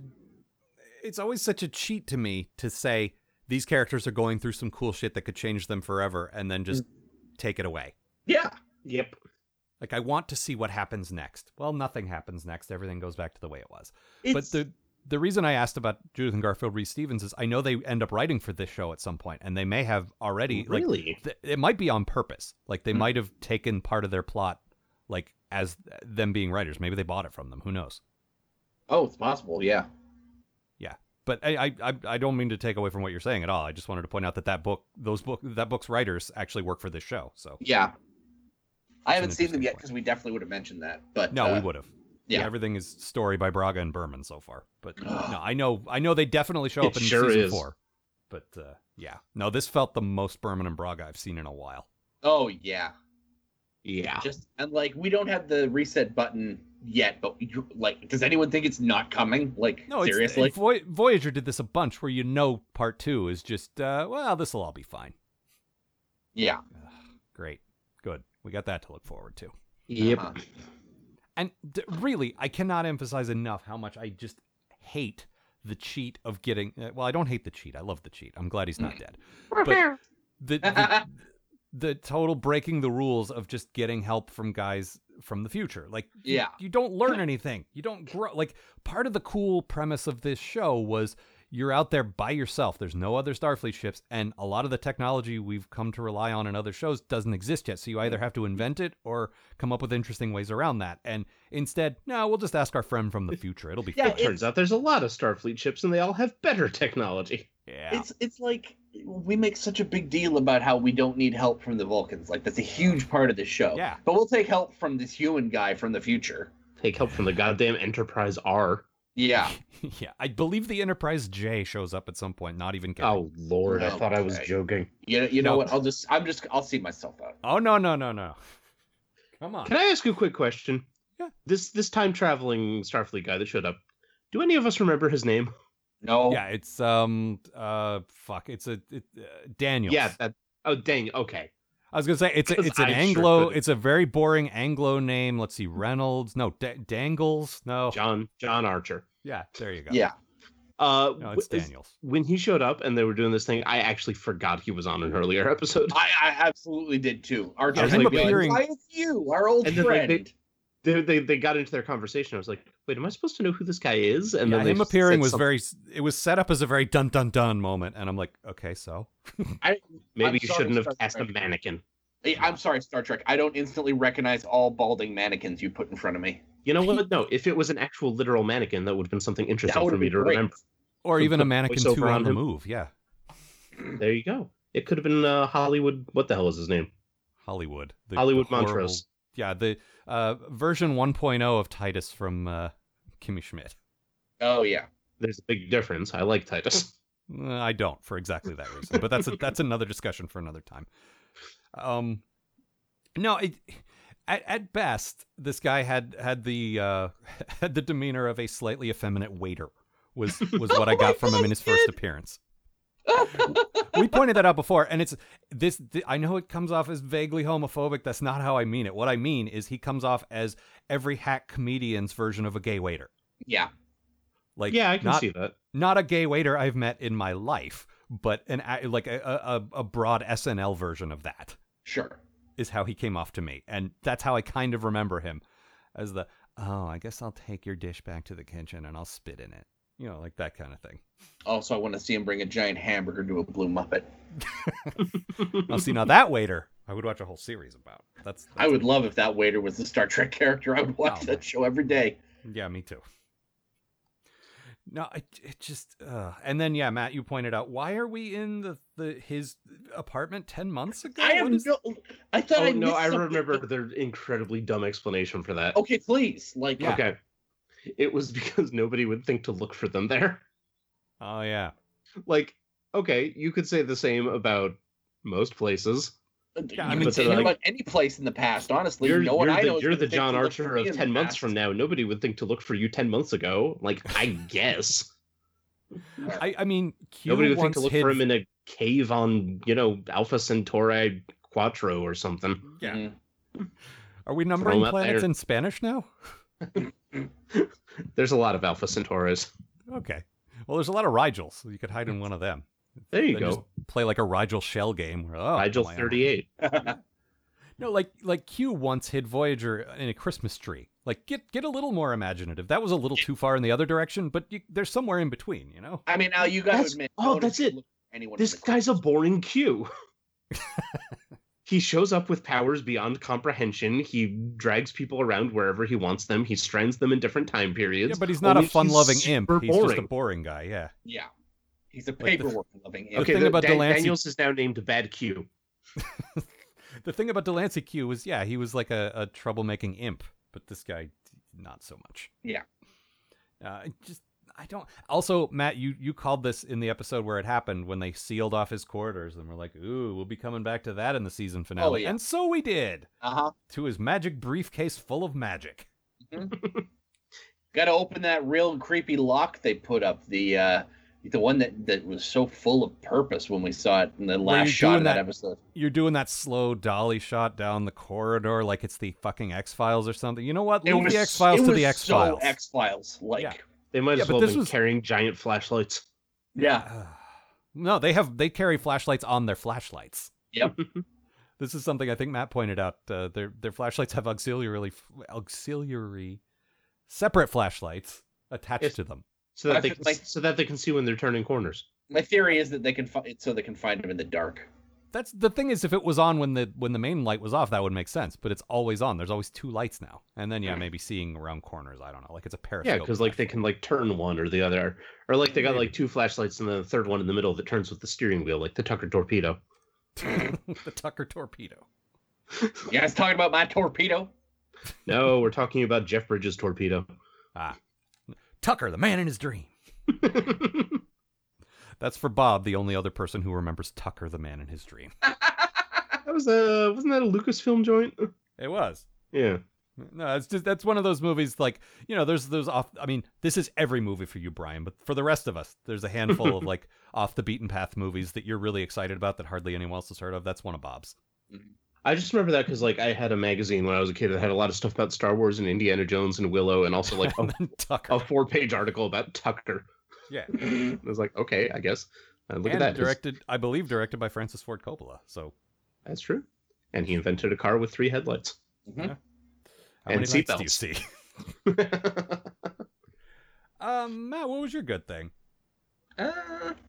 [SPEAKER 4] it's always such a cheat to me to say these characters are going through some cool shit that could change them forever, and then just
[SPEAKER 5] Mm.
[SPEAKER 4] take it away.
[SPEAKER 5] yeah
[SPEAKER 6] Yep.
[SPEAKER 4] Like I want to see what happens next. Well, nothing happens next. Everything goes back to the way it was.
[SPEAKER 5] it's,
[SPEAKER 4] But the the reason I asked about Judith and Garfield Reese Stevens is I know they end up writing for this show at some point, and they may have already. Like,
[SPEAKER 6] Really?
[SPEAKER 4] th- it might be on purpose. Like they
[SPEAKER 5] Hmm.
[SPEAKER 4] might have taken part of their plot, like as them being writers. Maybe they bought it from them. Who knows?
[SPEAKER 5] oh it's possible yeah
[SPEAKER 4] But I, I I- I don't mean to take away from what you're saying at all. I just wanted to point out that that book, those book, that book's writers actually work for this show. So
[SPEAKER 5] yeah i
[SPEAKER 4] That's an
[SPEAKER 5] haven't seen them
[SPEAKER 4] interesting
[SPEAKER 5] yet
[SPEAKER 4] point.
[SPEAKER 5] because we definitely would have mentioned that but
[SPEAKER 4] no, we
[SPEAKER 5] uh,
[SPEAKER 4] would have.
[SPEAKER 5] yeah.
[SPEAKER 4] everything is story by Braga and Berman so far. But no, I know I know they definitely show
[SPEAKER 6] It
[SPEAKER 4] up in
[SPEAKER 6] sure
[SPEAKER 4] season
[SPEAKER 6] is.
[SPEAKER 4] four. But uh, yeah, no, this felt the most Berman and Braga I've seen in a while.
[SPEAKER 5] oh yeah
[SPEAKER 6] Yeah.
[SPEAKER 5] just and like we don't have the reset button yet but you, like does anyone think it's not coming like
[SPEAKER 4] No, it's,
[SPEAKER 5] seriously
[SPEAKER 4] and Voy- Voyager did this a bunch where you know part two is just uh, well, this will all be fine.
[SPEAKER 5] yeah
[SPEAKER 4] Great, good, we got that to look forward to.
[SPEAKER 6] Yep.
[SPEAKER 5] Uh-huh.
[SPEAKER 4] And d- really, I cannot emphasize enough how much I just hate the cheat of getting. Uh, well, I don't hate the cheat. I love the cheat. I'm glad he's not dead. But the, the the total breaking the rules of just getting help from guys from the future. Like, you-
[SPEAKER 5] Yeah.
[SPEAKER 4] you don't learn anything. You don't grow. Like, part of the cool premise of this show was you're out there by yourself. There's no other Starfleet ships, and a lot of the technology we've come to rely on in other shows doesn't exist yet. So you either have to invent it or come up with interesting ways around that. And instead, no, we'll just ask our friend from the future. It'll be
[SPEAKER 5] Yeah,
[SPEAKER 4] fine.
[SPEAKER 5] it-
[SPEAKER 6] Turns out there's a lot of Starfleet ships and they all have better technology.
[SPEAKER 4] yeah.
[SPEAKER 5] It's it's like we make such a big deal about how we don't need help from the Vulcans. Like that's a huge part of the show.
[SPEAKER 4] Yeah.
[SPEAKER 5] But we'll take help from this human guy from the future.
[SPEAKER 6] Take help from the goddamn Enterprise R.
[SPEAKER 5] Yeah.
[SPEAKER 4] yeah, I believe the Enterprise J shows up at some point. Not even kidding.
[SPEAKER 6] Oh lord, I thought I was
[SPEAKER 5] Okay.
[SPEAKER 6] joking.
[SPEAKER 5] You know, you know
[SPEAKER 4] No.
[SPEAKER 5] what? I'll just I'm just I'll see myself out.
[SPEAKER 4] Oh no no no no! Come on.
[SPEAKER 6] Can I ask you a quick question?
[SPEAKER 4] Yeah.
[SPEAKER 6] This this time traveling Starfleet guy that showed up. Do any of us remember his name?
[SPEAKER 5] No.
[SPEAKER 4] Yeah, it's um uh fuck, it's a it, uh, Daniels.
[SPEAKER 6] Yeah, that oh dang, okay.
[SPEAKER 4] I was gonna say it's a,
[SPEAKER 6] 'Cause
[SPEAKER 4] it's an
[SPEAKER 6] I sure
[SPEAKER 4] Anglo.
[SPEAKER 6] couldn't.
[SPEAKER 4] it's a very boring Anglo name. Let's see, Reynolds. No, D- Dangles. No.
[SPEAKER 6] John John Archer.
[SPEAKER 4] Yeah, there you go.
[SPEAKER 5] Yeah.
[SPEAKER 6] Uh,
[SPEAKER 4] No, it's
[SPEAKER 6] w- is-
[SPEAKER 4] Daniels.
[SPEAKER 6] when he showed up and they were doing this thing, I actually forgot he was on an earlier episode.
[SPEAKER 5] I, I absolutely did too. Our
[SPEAKER 6] Yeah,
[SPEAKER 5] yeah,
[SPEAKER 6] him
[SPEAKER 5] like,
[SPEAKER 4] appearing-
[SPEAKER 5] why is you, our old
[SPEAKER 6] And then, like,
[SPEAKER 5] friend.
[SPEAKER 6] they- They, they, they got into their conversation. I was like, wait, am I supposed to know who this guy is? And
[SPEAKER 4] yeah,
[SPEAKER 6] then they
[SPEAKER 4] him
[SPEAKER 6] s-
[SPEAKER 4] appearing
[SPEAKER 6] said
[SPEAKER 4] was
[SPEAKER 6] something-
[SPEAKER 4] very. s- It was set up as a very dun dun dun moment, and I'm like, okay, so
[SPEAKER 6] Maybe
[SPEAKER 5] I'm sorry,
[SPEAKER 6] you shouldn't have
[SPEAKER 5] Star
[SPEAKER 6] cast a
[SPEAKER 5] Trek.
[SPEAKER 6] mannequin.
[SPEAKER 5] Hey, I'm sorry, Star Trek. I don't instantly recognize all balding mannequins you put in front of me.
[SPEAKER 6] You know what? No, if it was an actual literal mannequin, that would have been something interesting for
[SPEAKER 5] would've
[SPEAKER 6] me
[SPEAKER 5] been
[SPEAKER 6] to
[SPEAKER 5] great.
[SPEAKER 6] remember.
[SPEAKER 4] or
[SPEAKER 6] Could
[SPEAKER 4] even
[SPEAKER 6] put
[SPEAKER 4] a mannequin
[SPEAKER 6] voiceover
[SPEAKER 4] two on
[SPEAKER 6] on
[SPEAKER 4] the
[SPEAKER 6] him.
[SPEAKER 4] move. Yeah,
[SPEAKER 6] There you go. It could have been uh, Hollywood. What the hell is his name?
[SPEAKER 4] Hollywood. The,
[SPEAKER 6] Hollywood
[SPEAKER 4] the horrible-
[SPEAKER 6] Montrose.
[SPEAKER 4] Yeah, the uh, version 1.0 of Titus from uh, Kimmy Schmidt.
[SPEAKER 5] Oh yeah.
[SPEAKER 6] There's a big difference. I like Titus.
[SPEAKER 4] Uh, I don't for exactly that reason, but that's a, that's another discussion for another time. Um, no, it, at at best, this guy had had the uh, had the demeanor of a slightly effeminate waiter. Was was
[SPEAKER 6] Oh
[SPEAKER 4] what I got from him in his first appearance. we pointed that out before, and it's this. th- I know it comes off as vaguely homophobic. That's not how I mean it. What I mean is he comes off as every hack comedian's version of a gay waiter.
[SPEAKER 5] Yeah.
[SPEAKER 4] Like
[SPEAKER 6] yeah, I can
[SPEAKER 4] not,
[SPEAKER 6] see that.
[SPEAKER 4] not a gay waiter I've met in my life, but an a- like a a, a broad SNL version of that
[SPEAKER 5] Sure.
[SPEAKER 4] is how he came off to me, and that's how I kind of remember him as the oh, I guess I'll take your dish back to the kitchen and I'll spit in it, you know, like that kind of thing.
[SPEAKER 5] Also, I want to see him bring a giant hamburger to a blue muppet.
[SPEAKER 4] Now,
[SPEAKER 6] Oh,
[SPEAKER 4] see, now that waiter, I would watch a whole series about. That's,
[SPEAKER 5] I
[SPEAKER 4] that's-
[SPEAKER 5] would love if that waiter was the Star Trek character. I would watch
[SPEAKER 4] Oh, man.
[SPEAKER 5] that show every day.
[SPEAKER 4] Yeah, me too. No, it, it just uh, and then yeah, Matt, you pointed out why are we in the, the his apartment ten months ago?
[SPEAKER 5] I have
[SPEAKER 4] What is-
[SPEAKER 5] no. I thought
[SPEAKER 6] Oh
[SPEAKER 5] I
[SPEAKER 6] no,
[SPEAKER 5] missed
[SPEAKER 6] I
[SPEAKER 5] something. Oh,
[SPEAKER 6] remember their incredibly dumb explanation for that.
[SPEAKER 5] Okay, please. Like,
[SPEAKER 4] Yeah.
[SPEAKER 6] Okay. It was because nobody would think to look for them there.
[SPEAKER 4] Oh yeah,
[SPEAKER 6] Like, okay, you could say the same about most places.
[SPEAKER 4] Yeah, I
[SPEAKER 5] uh, you
[SPEAKER 4] mean,
[SPEAKER 5] could say
[SPEAKER 6] like-
[SPEAKER 5] that about any place in the past. Honestly,
[SPEAKER 6] You're,
[SPEAKER 5] no one
[SPEAKER 6] you're
[SPEAKER 5] I know.
[SPEAKER 6] the,
[SPEAKER 5] is
[SPEAKER 6] you're
[SPEAKER 5] gonna
[SPEAKER 6] the
[SPEAKER 5] think to
[SPEAKER 6] John
[SPEAKER 5] look
[SPEAKER 6] Archer
[SPEAKER 5] for me
[SPEAKER 6] of
[SPEAKER 5] in
[SPEAKER 6] 10
[SPEAKER 5] the
[SPEAKER 6] months
[SPEAKER 5] past.
[SPEAKER 6] from now. Nobody would think to look for you 10 months ago. Like, I guess.
[SPEAKER 4] I, I mean, Q
[SPEAKER 6] nobody would think
[SPEAKER 4] once
[SPEAKER 6] to look
[SPEAKER 4] hid
[SPEAKER 6] for him in a cave on, you know, Alpha Centauri Quattro or something.
[SPEAKER 4] Yeah.
[SPEAKER 5] Mhm.
[SPEAKER 4] Are we
[SPEAKER 6] Throw
[SPEAKER 4] numbering
[SPEAKER 6] 'em out
[SPEAKER 4] planets
[SPEAKER 6] there.
[SPEAKER 4] in Spanish now?
[SPEAKER 6] There's a lot of Alpha Centauris.
[SPEAKER 4] Okay. Well, there's a lot of Rigels. So you could hide in one of them.
[SPEAKER 6] There you
[SPEAKER 4] Then
[SPEAKER 6] go.
[SPEAKER 4] just play like a Rigel shell game. Where, oh,
[SPEAKER 6] Rigel
[SPEAKER 4] am I on-
[SPEAKER 6] 38.
[SPEAKER 4] No, like like Q once hid Voyager in a Christmas tree. Like get get a little more imaginative. That was a little too far in the other direction, but you, there's somewhere in between, you know.
[SPEAKER 5] I mean, Al, you got to
[SPEAKER 6] That's-
[SPEAKER 5] admit.
[SPEAKER 6] oh,
[SPEAKER 5] no one
[SPEAKER 6] that's
[SPEAKER 5] is gonna
[SPEAKER 6] it.
[SPEAKER 5] look for Anyone in
[SPEAKER 6] This
[SPEAKER 5] the
[SPEAKER 6] guy's a
[SPEAKER 5] crowd.
[SPEAKER 6] boring Q. he shows up with powers beyond comprehension. He drags people around wherever he wants them. He strands them in different time periods.
[SPEAKER 4] Yeah, but he's not a
[SPEAKER 6] only he's
[SPEAKER 4] fun-loving imp.
[SPEAKER 6] super
[SPEAKER 4] He's just a
[SPEAKER 6] boring.
[SPEAKER 4] boring guy. Yeah.
[SPEAKER 5] Yeah. He's a
[SPEAKER 4] Like the-
[SPEAKER 5] paperwork loving.
[SPEAKER 4] the
[SPEAKER 6] okay,
[SPEAKER 4] thing
[SPEAKER 6] the-
[SPEAKER 4] about
[SPEAKER 6] Dan-
[SPEAKER 4] Delancey-
[SPEAKER 6] Daniels is now named Bad Q.
[SPEAKER 4] The thing about Delancey Q was, yeah, he was like a, a troublemaking imp, but this guy, not so much.
[SPEAKER 5] Yeah.
[SPEAKER 4] Uh, it just I don't. Also, Matt, you you called this in the episode where it happened when they sealed off his quarters, and we're like, ooh, we'll be coming back to that in the season finale,
[SPEAKER 5] Oh, yeah.
[SPEAKER 4] and so we did
[SPEAKER 5] Uh huh.
[SPEAKER 4] to his magic briefcase full of magic.
[SPEAKER 5] Got to open that real creepy lock they put up. The uh, the one that that was so full of purpose when we saw it in the
[SPEAKER 4] Where
[SPEAKER 5] last
[SPEAKER 4] you're
[SPEAKER 5] shot
[SPEAKER 4] doing
[SPEAKER 5] of that,
[SPEAKER 4] that-
[SPEAKER 5] episode.
[SPEAKER 4] You're doing that slow dolly shot down the corridor like it's the fucking X Files or something. You know what?
[SPEAKER 5] It
[SPEAKER 4] Leave
[SPEAKER 5] was
[SPEAKER 4] the X Files
[SPEAKER 5] it
[SPEAKER 4] to
[SPEAKER 5] was
[SPEAKER 4] the X Files.
[SPEAKER 5] So X Files like.
[SPEAKER 4] Yeah.
[SPEAKER 6] They might
[SPEAKER 4] Yeah,
[SPEAKER 6] as
[SPEAKER 4] but
[SPEAKER 6] well
[SPEAKER 4] this
[SPEAKER 6] have been
[SPEAKER 4] was-
[SPEAKER 6] carrying giant flashlights.
[SPEAKER 5] Yeah.
[SPEAKER 4] no, they have they carry flashlights on their flashlights.
[SPEAKER 5] Yep.
[SPEAKER 4] This is something I think Matt pointed out. Uh, their their flashlights have auxiliary auxiliary separate flashlights attached
[SPEAKER 6] Yes.
[SPEAKER 4] to them.
[SPEAKER 6] So that,
[SPEAKER 5] I
[SPEAKER 6] they,
[SPEAKER 5] feel like-
[SPEAKER 6] so that they can see when they're turning corners.
[SPEAKER 5] My theory is that they can find so they can find him in the dark.
[SPEAKER 4] That's the thing is if it was on when the when the main light was off, that would make sense. But it's always on. There's always two lights now. And then yeah, maybe seeing around corners. I don't know. Like it's a periscope.
[SPEAKER 6] Yeah, because like they
[SPEAKER 4] flashlight.
[SPEAKER 6] can like turn one or the other, or like they got
[SPEAKER 4] Maybe.
[SPEAKER 6] like two flashlights and then the third one in the middle that turns with the steering wheel, like the Tucker torpedo.
[SPEAKER 4] the Tucker torpedo.
[SPEAKER 5] You guys talking about my torpedo?
[SPEAKER 6] No, we're talking about Jeff Bridges' torpedo.
[SPEAKER 4] Tucker, the man in his dream. That's for Bob, the only other person who remembers Tucker, the man in his dream.
[SPEAKER 6] That was uh wasn't that a Lucasfilm joint?
[SPEAKER 4] It was.
[SPEAKER 6] Yeah.
[SPEAKER 4] No, it's just that's one of those movies like you know, there's those off I mean, this is every movie for you, Brian, but for the rest of us, there's a handful of like off the beaten path movies that you're really excited about that hardly anyone else has heard of. That's one of Bob's.
[SPEAKER 6] I just remember that because like I had a magazine when I was a kid that had a lot of stuff about Star Wars and Indiana Jones and Willow and also like a,
[SPEAKER 4] and then Tucker.
[SPEAKER 6] a four page article about Tucker.
[SPEAKER 4] yeah.
[SPEAKER 6] I
[SPEAKER 5] Mm-hmm.
[SPEAKER 6] was like, okay, I guess. Uh, look
[SPEAKER 4] and
[SPEAKER 6] at that. It's-
[SPEAKER 4] directed, I believe, directed by Francis Ford Coppola. So
[SPEAKER 6] That's true. And he invented a car with three headlights.
[SPEAKER 5] Mm-hmm.
[SPEAKER 4] how
[SPEAKER 6] And
[SPEAKER 4] many lights do you
[SPEAKER 6] seatbelts.
[SPEAKER 4] see?
[SPEAKER 6] uh,
[SPEAKER 4] Um, Matt, what was your good thing?
[SPEAKER 5] Uh,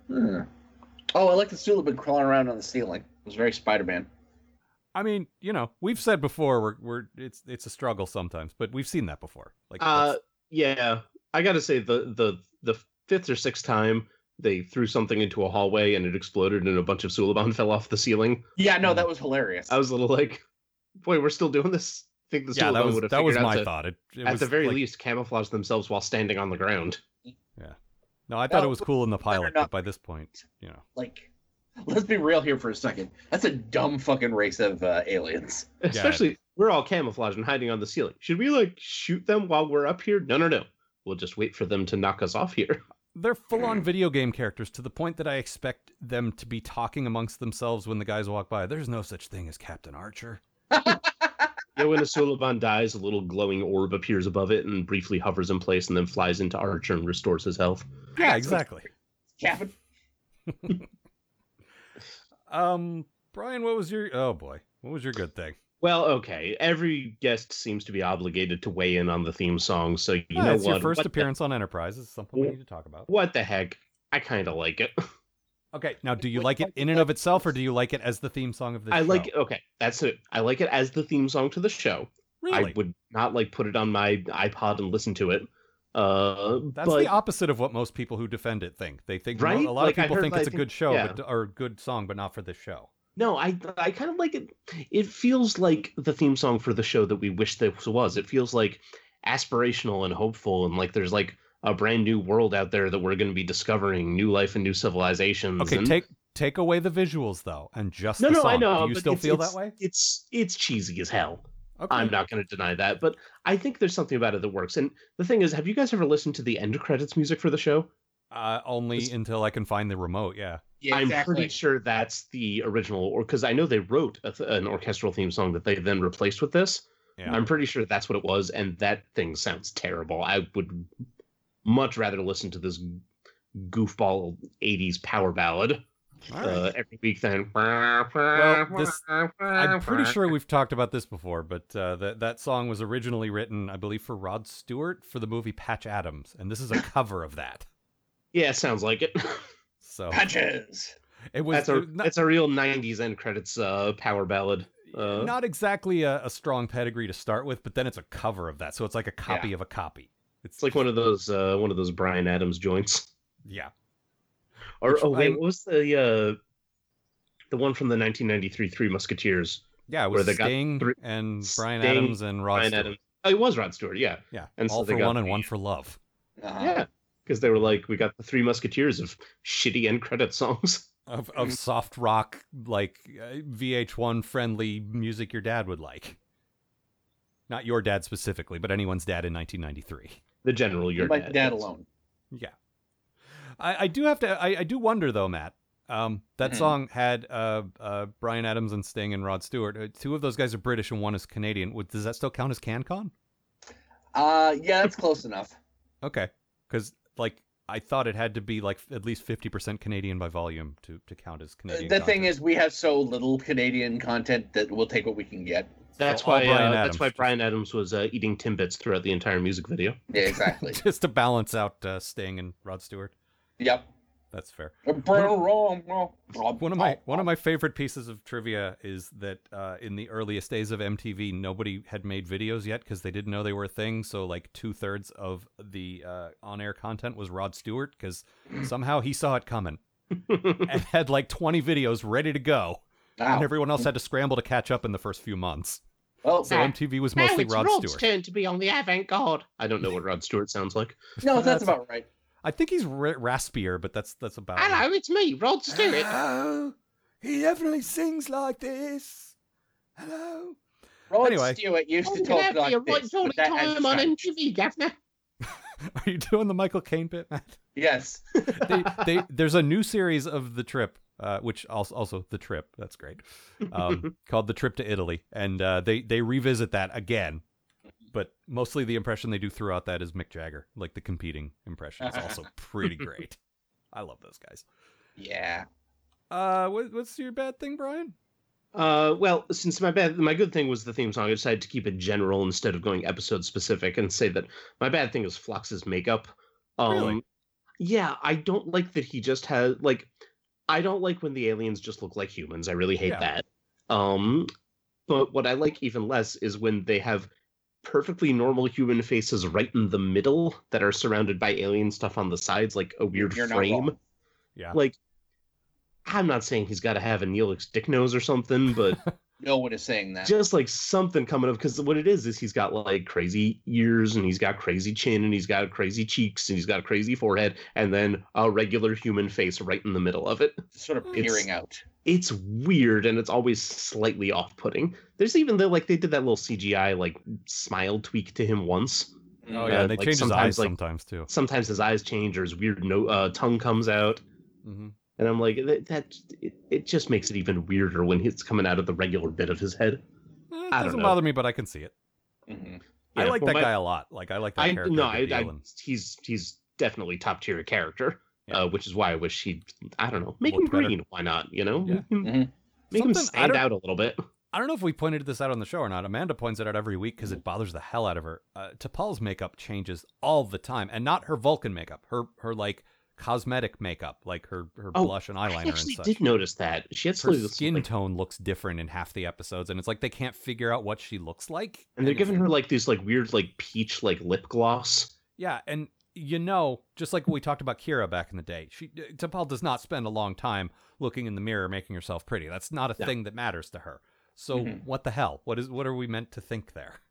[SPEAKER 5] hmm. Oh, I like the Sulabin crawling around on the ceiling. It was very Spider Man.
[SPEAKER 4] I mean, you know, we've said before we're we're it's it's a struggle sometimes, but we've seen that before. Like,
[SPEAKER 6] Uh,
[SPEAKER 4] that's-
[SPEAKER 6] yeah, I gotta say the the the fifth or sixth time they threw something into a hallway and it exploded and a bunch of Suliban fell off the ceiling.
[SPEAKER 5] Yeah, no, that was hilarious.
[SPEAKER 6] I was a little like, boy, we're still doing this. I think the
[SPEAKER 4] yeah, that
[SPEAKER 6] Suliban
[SPEAKER 4] was
[SPEAKER 6] would have
[SPEAKER 4] that was
[SPEAKER 6] figured out
[SPEAKER 4] my
[SPEAKER 6] to,
[SPEAKER 4] thought. It, it
[SPEAKER 6] at
[SPEAKER 4] was
[SPEAKER 6] the very
[SPEAKER 4] like-
[SPEAKER 6] least, camouflage themselves while standing on the ground.
[SPEAKER 4] No, I thought
[SPEAKER 5] Well,
[SPEAKER 4] it was cool in the pilot,
[SPEAKER 5] not-
[SPEAKER 4] but by this point, you know,
[SPEAKER 5] like, let's be real here for a second. That's a dumb fucking race of uh, aliens.
[SPEAKER 6] Especially, we're all camouflaged and hiding on the ceiling. Should we like shoot them while we're up here? No, no, no. We'll just wait for them to knock us off here.
[SPEAKER 4] they're full on video game characters to the point that I expect them to be talking amongst themselves when the guys walk by. There's no such thing as Captain Archer.
[SPEAKER 6] yeah, when a Suliban dies, a little glowing orb appears above it and briefly hovers in place and then flies into Archer and restores his health.
[SPEAKER 4] Yeah, exactly.
[SPEAKER 5] Captain,
[SPEAKER 4] Um, Brian, what was your oh boy, what was your good thing?
[SPEAKER 6] Well, okay. Every guest seems to be obligated to weigh in on the theme song, so you
[SPEAKER 4] Ah,
[SPEAKER 6] know
[SPEAKER 4] it's
[SPEAKER 6] what?
[SPEAKER 4] your first
[SPEAKER 6] what,
[SPEAKER 4] appearance on Enterprise. It's something we
[SPEAKER 6] Yeah.
[SPEAKER 4] need to talk about.
[SPEAKER 6] The, what the heck? I kind of like it.
[SPEAKER 4] Okay, now do you like it in and of itself, or do you like it as the theme song of the
[SPEAKER 6] I
[SPEAKER 4] show?
[SPEAKER 6] like. Okay, that's it. I like it as the theme song to the show.
[SPEAKER 4] Really,
[SPEAKER 6] I would not like put it on my iPod and listen to it. Uh,
[SPEAKER 4] that's
[SPEAKER 6] but
[SPEAKER 4] the opposite of what most people who defend it think. They think mo-
[SPEAKER 6] Right?
[SPEAKER 4] a lot
[SPEAKER 6] Like, I
[SPEAKER 4] of people
[SPEAKER 6] heard-
[SPEAKER 4] think
[SPEAKER 6] I
[SPEAKER 4] it's a
[SPEAKER 6] think-
[SPEAKER 4] good show,
[SPEAKER 6] yeah.
[SPEAKER 4] but, or a good song, but not for this show.
[SPEAKER 6] No, I I kind of like it. It feels like the theme song for the show that we wish this was. It feels like aspirational and hopeful, and like there's like a brand new world out there that we're going to be discovering, new life and new civilizations.
[SPEAKER 4] Okay,
[SPEAKER 6] and-
[SPEAKER 4] take take away the visuals though, and just
[SPEAKER 6] Mm-hmm.
[SPEAKER 4] the
[SPEAKER 6] no, no,
[SPEAKER 4] song.
[SPEAKER 6] I know.
[SPEAKER 4] Do you
[SPEAKER 6] but
[SPEAKER 4] still
[SPEAKER 6] it's-
[SPEAKER 4] feel
[SPEAKER 6] it's-
[SPEAKER 4] that way?
[SPEAKER 6] It's it's cheesy as hell.
[SPEAKER 4] Okay.
[SPEAKER 6] I'm not going to deny that, but I think there's something about it that works. And the thing is, have you guys ever listened to the end credits music for the show?
[SPEAKER 4] Uh, only
[SPEAKER 6] It's-
[SPEAKER 4] until I can find the remote. Yeah.
[SPEAKER 5] yeah,
[SPEAKER 6] I'm pretty sure that's the original, or because I know they wrote a th- an orchestral theme song that they then replaced with this.
[SPEAKER 4] Yeah.
[SPEAKER 6] I'm pretty sure that's what it was, and that thing sounds terrible. I would much rather listen to this goofball '80s power ballad
[SPEAKER 4] All right.
[SPEAKER 6] uh, every week than.
[SPEAKER 4] this- Uh, I'm pretty sure we've talked about this before, but uh, that that song was originally written, I believe, for Rod Stewart for the movie Patch Adams, and this is a cover of that.
[SPEAKER 6] Yeah, sounds like it.
[SPEAKER 4] So
[SPEAKER 5] Patches.
[SPEAKER 4] it was
[SPEAKER 6] that's a
[SPEAKER 4] it was not,
[SPEAKER 6] that's a real '90s end credits uh, power ballad. Uh,
[SPEAKER 4] not exactly a, a strong pedigree to start with, but then it's a cover of that, so it's like a copy of a copy.
[SPEAKER 6] it's like one of those uh, one of those Brian Adams joints.
[SPEAKER 4] Yeah,
[SPEAKER 6] Or
[SPEAKER 4] Which
[SPEAKER 6] oh wait,
[SPEAKER 4] I'm-
[SPEAKER 6] what was the uh the one from the 1993 Three Musketeers?
[SPEAKER 4] yeah. It
[SPEAKER 6] Where
[SPEAKER 4] was
[SPEAKER 6] they got
[SPEAKER 4] Sting
[SPEAKER 6] three-
[SPEAKER 4] and Brian
[SPEAKER 6] Sting,
[SPEAKER 4] Adams and Rod
[SPEAKER 6] Brian
[SPEAKER 4] Stewart.
[SPEAKER 6] Adams. Oh, it was Rod Stewart. Yeah,
[SPEAKER 4] Yeah,
[SPEAKER 6] And so
[SPEAKER 4] all
[SPEAKER 6] they
[SPEAKER 4] for
[SPEAKER 6] got
[SPEAKER 4] one and
[SPEAKER 6] the-
[SPEAKER 4] one for love. Ah.
[SPEAKER 5] Uh,
[SPEAKER 6] yeah, because they were like, we got the Three Musketeers of shitty end credit songs.
[SPEAKER 4] of
[SPEAKER 5] Mm.
[SPEAKER 4] of soft rock like uh, VH1 friendly music your dad would like. Not your dad specifically, but anyone's dad in 1993.
[SPEAKER 6] The general, your
[SPEAKER 5] my
[SPEAKER 6] dad.
[SPEAKER 5] dad,
[SPEAKER 6] is.
[SPEAKER 5] alone.
[SPEAKER 4] Yeah, I, I do have to. I, I do wonder though, Matt. Um, that
[SPEAKER 5] Mhm.
[SPEAKER 4] song had uh, uh, Brian Adams and Sting and Rod Stewart. Uh, two of those guys are British and one is Canadian. Would, does that still count as CanCon?
[SPEAKER 5] Uh, yeah, that's close enough.
[SPEAKER 4] Okay, because like I thought it had to be like at least 50% Canadian by volume to to count as
[SPEAKER 5] Uh, The
[SPEAKER 4] Canadian.
[SPEAKER 5] thing
[SPEAKER 4] content.
[SPEAKER 5] is, we have so little Canadian content that we'll take what we can get.
[SPEAKER 6] That's
[SPEAKER 4] So all
[SPEAKER 6] why.
[SPEAKER 4] Bryan
[SPEAKER 6] uh,
[SPEAKER 4] Adams,
[SPEAKER 6] that's why
[SPEAKER 4] just-
[SPEAKER 6] Brian Adams was uh, eating Timbits throughout the entire music video.
[SPEAKER 5] Yeah, exactly.
[SPEAKER 4] just to balance out uh, Sting and Rod Stewart.
[SPEAKER 5] yep.
[SPEAKER 4] That's fair. One
[SPEAKER 5] One
[SPEAKER 4] of my one
[SPEAKER 5] um,
[SPEAKER 4] of my favorite pieces of trivia is that uh, in the earliest days of MTV, nobody had made videos yet because they didn't know they were a thing. So like two thirds of the uh, on-air content was Rod Stewart because somehow he saw it coming and had like 20 videos ready to go, and everyone else had to scramble to catch up in the first few months.
[SPEAKER 5] Well,
[SPEAKER 4] So MTV was mostly Rod Stewart.
[SPEAKER 6] turn to be on the avant-garde. I don't know what Rod Stewart sounds like.
[SPEAKER 5] no, that's,
[SPEAKER 4] that's-
[SPEAKER 5] about right.
[SPEAKER 4] I think he's r- raspier, but that's that's about. it.
[SPEAKER 6] it's me, Rod
[SPEAKER 2] Hello. He definitely sings like this. Hello.
[SPEAKER 5] Rod
[SPEAKER 4] Anyway.
[SPEAKER 5] Stewart used to talk like this. but that has changed.
[SPEAKER 6] MTV, Gavner.
[SPEAKER 4] Are you doing the Michael Caine bit, Matt?
[SPEAKER 5] Yes.
[SPEAKER 4] they, they, there's a new series of the trip uh, which also also the trip. That's great. Um, called the trip to Italy, and uh, they they revisit that again. But mostly the impression they do throughout that is Mick Jagger. Like the competing impression is also pretty great. I love those guys.
[SPEAKER 5] Yeah.
[SPEAKER 4] Uh, what, what's your bad thing, Brian?
[SPEAKER 6] Uh, well, since my bad, my good thing was the theme song, I decided to keep it general instead of going episode specific and say that my bad thing is Flox's makeup. Um,
[SPEAKER 4] Really?
[SPEAKER 6] Yeah, I don't like that he just has like, I don't like when the aliens just look like humans. I really hate
[SPEAKER 4] Yeah.
[SPEAKER 6] that. Um, but what I like even less is when they have perfectly normal human faces right in the middle that are surrounded by alien stuff on the sides, like a weird
[SPEAKER 5] You're not
[SPEAKER 6] frame.
[SPEAKER 5] wrong.
[SPEAKER 4] Yeah.
[SPEAKER 6] Like, I'm not saying he's got to have a Neelix dick nose or something, but
[SPEAKER 5] No one is saying that.
[SPEAKER 6] just like something coming up because what it is is he's got like crazy ears and he's got crazy chin and he's got crazy cheeks and he's got a crazy forehead and then a regular human face right in the middle of it.
[SPEAKER 5] sort of
[SPEAKER 6] It's-
[SPEAKER 5] peering out.
[SPEAKER 6] It's weird and it's always slightly off-putting. There's even the like they did that little CGI like smile tweak to him once.
[SPEAKER 4] Oh
[SPEAKER 6] Uh,
[SPEAKER 4] yeah, they
[SPEAKER 6] like,
[SPEAKER 4] change his
[SPEAKER 6] sometimes,
[SPEAKER 4] eyes
[SPEAKER 6] like-
[SPEAKER 4] sometimes too.
[SPEAKER 6] Sometimes his eyes change or his weird no uh, tongue comes out.
[SPEAKER 4] hmm
[SPEAKER 6] And I'm like, that, that it, it just makes it even weirder when it's coming out of the regular bit of his head.
[SPEAKER 4] it
[SPEAKER 6] I don't
[SPEAKER 4] doesn't
[SPEAKER 6] know.
[SPEAKER 4] bother me, but I can see it.
[SPEAKER 5] Mhm.
[SPEAKER 4] I
[SPEAKER 6] Yeah,
[SPEAKER 4] like
[SPEAKER 6] well,
[SPEAKER 4] that
[SPEAKER 6] my-
[SPEAKER 4] guy a lot. Like I like that
[SPEAKER 6] I
[SPEAKER 4] character.
[SPEAKER 6] no,
[SPEAKER 4] a
[SPEAKER 6] I,
[SPEAKER 4] good
[SPEAKER 6] I
[SPEAKER 4] deal, and-
[SPEAKER 6] he's he's definitely top tier character,
[SPEAKER 4] Yeah.
[SPEAKER 6] uh, which is why I wish he I don't know make
[SPEAKER 4] Looked
[SPEAKER 6] him
[SPEAKER 4] better.
[SPEAKER 6] green. Why not? You know,
[SPEAKER 4] Yeah.
[SPEAKER 6] make him,
[SPEAKER 5] Mhm.
[SPEAKER 6] make him
[SPEAKER 4] Something I
[SPEAKER 6] stand
[SPEAKER 4] don't-
[SPEAKER 6] out a little bit.
[SPEAKER 4] I don't know if we pointed this out on the show or not. Amanda points it out every week because it bothers the hell out of her. Uh, T'Pol's makeup changes all the time, and not her Vulcan makeup. Her her like cosmetic makeup, like her her
[SPEAKER 6] Oh,
[SPEAKER 4] blush and
[SPEAKER 6] I
[SPEAKER 4] eyeliner and
[SPEAKER 6] actually
[SPEAKER 4] such.
[SPEAKER 6] did notice that she had
[SPEAKER 4] her
[SPEAKER 6] slightly
[SPEAKER 4] skin
[SPEAKER 6] like-
[SPEAKER 4] tone looks different in half the episodes, and it's like they can't figure out what she looks like.
[SPEAKER 6] and they're
[SPEAKER 4] it's-
[SPEAKER 6] giving her like these like weird like peach like lip gloss.
[SPEAKER 4] Yeah, and you know, just like we talked about Kira back in the day, she uh, T'Pol does not spend a long time looking in the mirror making herself pretty. That's not a
[SPEAKER 6] No.
[SPEAKER 4] thing that matters to her. So
[SPEAKER 6] Mm-hmm.
[SPEAKER 5] Mhm.
[SPEAKER 4] what the hell? What is what are we meant to think there?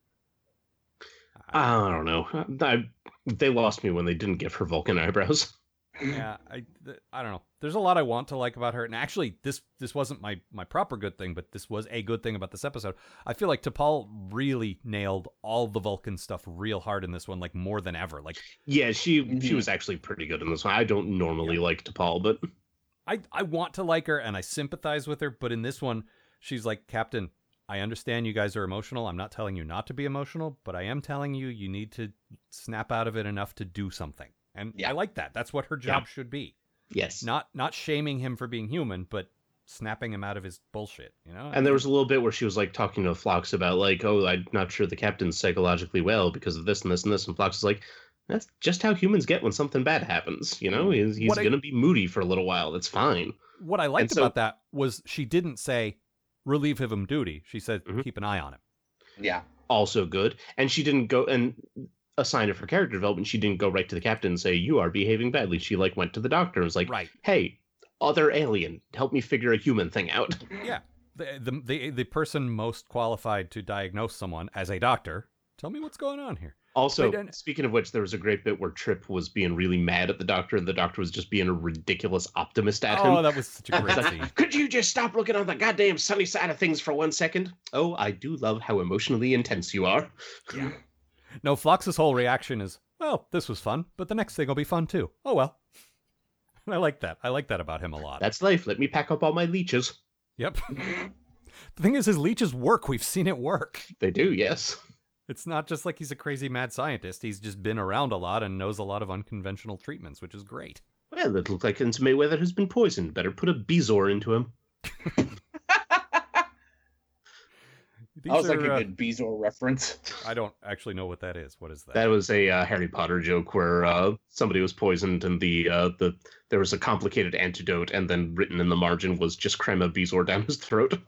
[SPEAKER 4] I-
[SPEAKER 6] I don't know. I, they lost me when they didn't give her Vulcan eyebrows.
[SPEAKER 4] yeah, I th- I don't know. There's a lot I want to like about her, and actually, this this wasn't my my proper good thing, but this was a good thing about this episode. I feel like T'Pol really nailed all the Vulcan stuff real hard in this one, like more than ever. Like
[SPEAKER 6] Yeah, she
[SPEAKER 5] Mhm.
[SPEAKER 6] she was actually pretty good in this one. I don't normally like T'Pol, but
[SPEAKER 4] I, I want to like her and I sympathize with her, but in this one, she's like, Captain, I understand you guys are emotional. I'm not telling you not to be emotional, but I am telling you you need to snap out of it enough to do something. And
[SPEAKER 5] Yeah.
[SPEAKER 4] I like that. That's what her job should be.
[SPEAKER 6] yes,
[SPEAKER 4] Not not shaming him for being human, but snapping him out of his bullshit, you know?
[SPEAKER 6] And there was a little bit where she was like talking to Flox about like, oh, I'm not sure the captain's psychologically well because of this and this and this. And Flox is like, that's just how humans get when something bad happens. You know, he's, he's
[SPEAKER 4] What I-
[SPEAKER 6] gonna be moody for a little while. That's fine.
[SPEAKER 4] what I liked
[SPEAKER 6] and so-
[SPEAKER 4] about that was she didn't say relieve him of duty. She said
[SPEAKER 6] Mhm.
[SPEAKER 4] keep an eye on him.
[SPEAKER 5] Yeah.
[SPEAKER 6] Also good. And she didn't go and a sign of her character development. She didn't go right to the captain and say, you are behaving badly. She like went to the doctor and was like,
[SPEAKER 4] right.
[SPEAKER 6] hey, other alien, help me figure a human thing out.
[SPEAKER 4] The, the the the person most qualified to diagnose someone as a doctor, tell me what's going on here.
[SPEAKER 6] Also,
[SPEAKER 4] Wait, and-
[SPEAKER 6] speaking of which, there was a great bit where Trip was being really mad at the doctor, and the doctor was just being a ridiculous optimist at him.
[SPEAKER 4] Oh, that was such a great
[SPEAKER 6] It's like,
[SPEAKER 4] scene.
[SPEAKER 6] Could you just stop looking on the goddamn sunny side of things for one second? Oh, I do love how emotionally intense you are.
[SPEAKER 4] No, Flox's whole reaction is, well, this was fun, but the next thing will be fun too. Oh well. And I like that. I like that about him a lot.
[SPEAKER 6] That's life. Let me pack up all my leeches.
[SPEAKER 4] Yep. the thing is, his leeches work. We've seen it work.
[SPEAKER 6] They do, yes.
[SPEAKER 4] It's not just like he's a crazy mad scientist. He's just been around a lot and knows a lot of unconventional treatments, which is great.
[SPEAKER 6] Well, it looks like Ensign Mayweather has been poisoned. Better put a Bezor into him.
[SPEAKER 4] These
[SPEAKER 5] That was like
[SPEAKER 4] are,
[SPEAKER 5] a
[SPEAKER 4] uh,
[SPEAKER 5] good Bezor reference.
[SPEAKER 4] I don't actually know what that is. What is that?
[SPEAKER 6] That was a uh, Harry Potter joke where uh, somebody was poisoned, and the uh, the there was a complicated antidote, and then written in the margin was just cram a Bezor down his throat,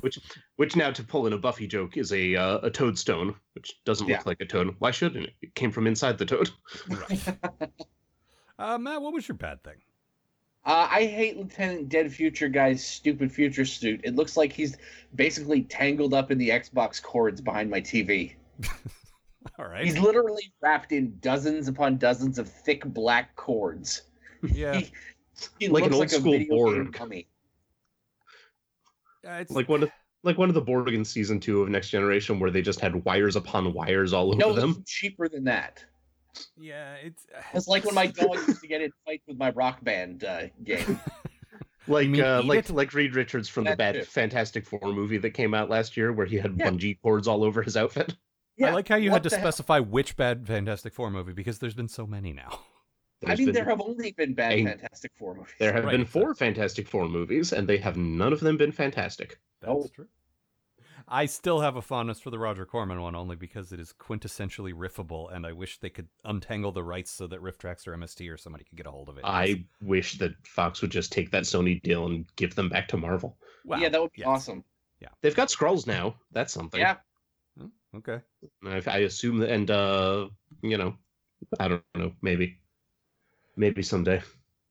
[SPEAKER 6] which which now to pull in a Buffy joke is a uh, a toadstone, which doesn't
[SPEAKER 5] Yeah.
[SPEAKER 6] look like a toad. Why shouldn't it? It came from inside the toad.
[SPEAKER 4] uh, Matt, what was your bad thing?
[SPEAKER 5] Uh, I hate Lieutenant Dead Future Guy's stupid future suit. It looks like he's basically tangled up in the Xbox cords behind my TV.
[SPEAKER 4] All right.
[SPEAKER 5] He's literally wrapped in dozens upon dozens of thick black cords.
[SPEAKER 4] yeah.
[SPEAKER 5] He
[SPEAKER 6] Like
[SPEAKER 5] looks
[SPEAKER 6] an old
[SPEAKER 5] like a
[SPEAKER 6] school
[SPEAKER 5] video game
[SPEAKER 6] Borg.
[SPEAKER 5] dummy.
[SPEAKER 4] Uh, it's,
[SPEAKER 6] Like one of like one of the Borg in season two of Next Generation, where they just had wires upon wires all over
[SPEAKER 5] No, it's
[SPEAKER 6] them.
[SPEAKER 5] cheaper than that.
[SPEAKER 4] yeah, it's.
[SPEAKER 5] It's like when my dog used to get in fights with my rock band uh, game.
[SPEAKER 6] Like
[SPEAKER 4] mean
[SPEAKER 6] uh,
[SPEAKER 4] eat
[SPEAKER 6] like
[SPEAKER 4] it?
[SPEAKER 6] like Reed Richards from the
[SPEAKER 5] That
[SPEAKER 6] bad
[SPEAKER 5] too.
[SPEAKER 6] Fantastic Four movie that came out last year, where he had
[SPEAKER 5] Yeah.
[SPEAKER 6] bungee cords all over his outfit.
[SPEAKER 4] I like how you
[SPEAKER 5] what
[SPEAKER 4] had to
[SPEAKER 5] the hell?
[SPEAKER 4] specify which bad Fantastic Four movie because there's been so many now.
[SPEAKER 5] I
[SPEAKER 6] There's
[SPEAKER 5] mean,
[SPEAKER 6] been-
[SPEAKER 5] there have only been bad
[SPEAKER 6] Hey.
[SPEAKER 5] Fantastic Four movies.
[SPEAKER 6] there have
[SPEAKER 4] Right,
[SPEAKER 6] been
[SPEAKER 4] exactly.
[SPEAKER 6] four Fantastic Four movies, and they have none of them been fantastic.
[SPEAKER 4] That's
[SPEAKER 5] Oh.
[SPEAKER 4] true. I still have a fondness for the Roger Corman one only because it is quintessentially riffable, and I wish they could untangle the rights so that Rifftrax or MST or somebody could get a hold of it.
[SPEAKER 6] I wish that Fox would just take that Sony deal and give them back to Marvel.
[SPEAKER 4] Wow.
[SPEAKER 5] yeah, that would be
[SPEAKER 4] Yes.
[SPEAKER 5] awesome.
[SPEAKER 6] They've got scrolls now. That's something.
[SPEAKER 5] Yeah,
[SPEAKER 4] Hmm, Okay.
[SPEAKER 6] I, I assume that, and uh, you know, I don't know. Maybe, maybe someday.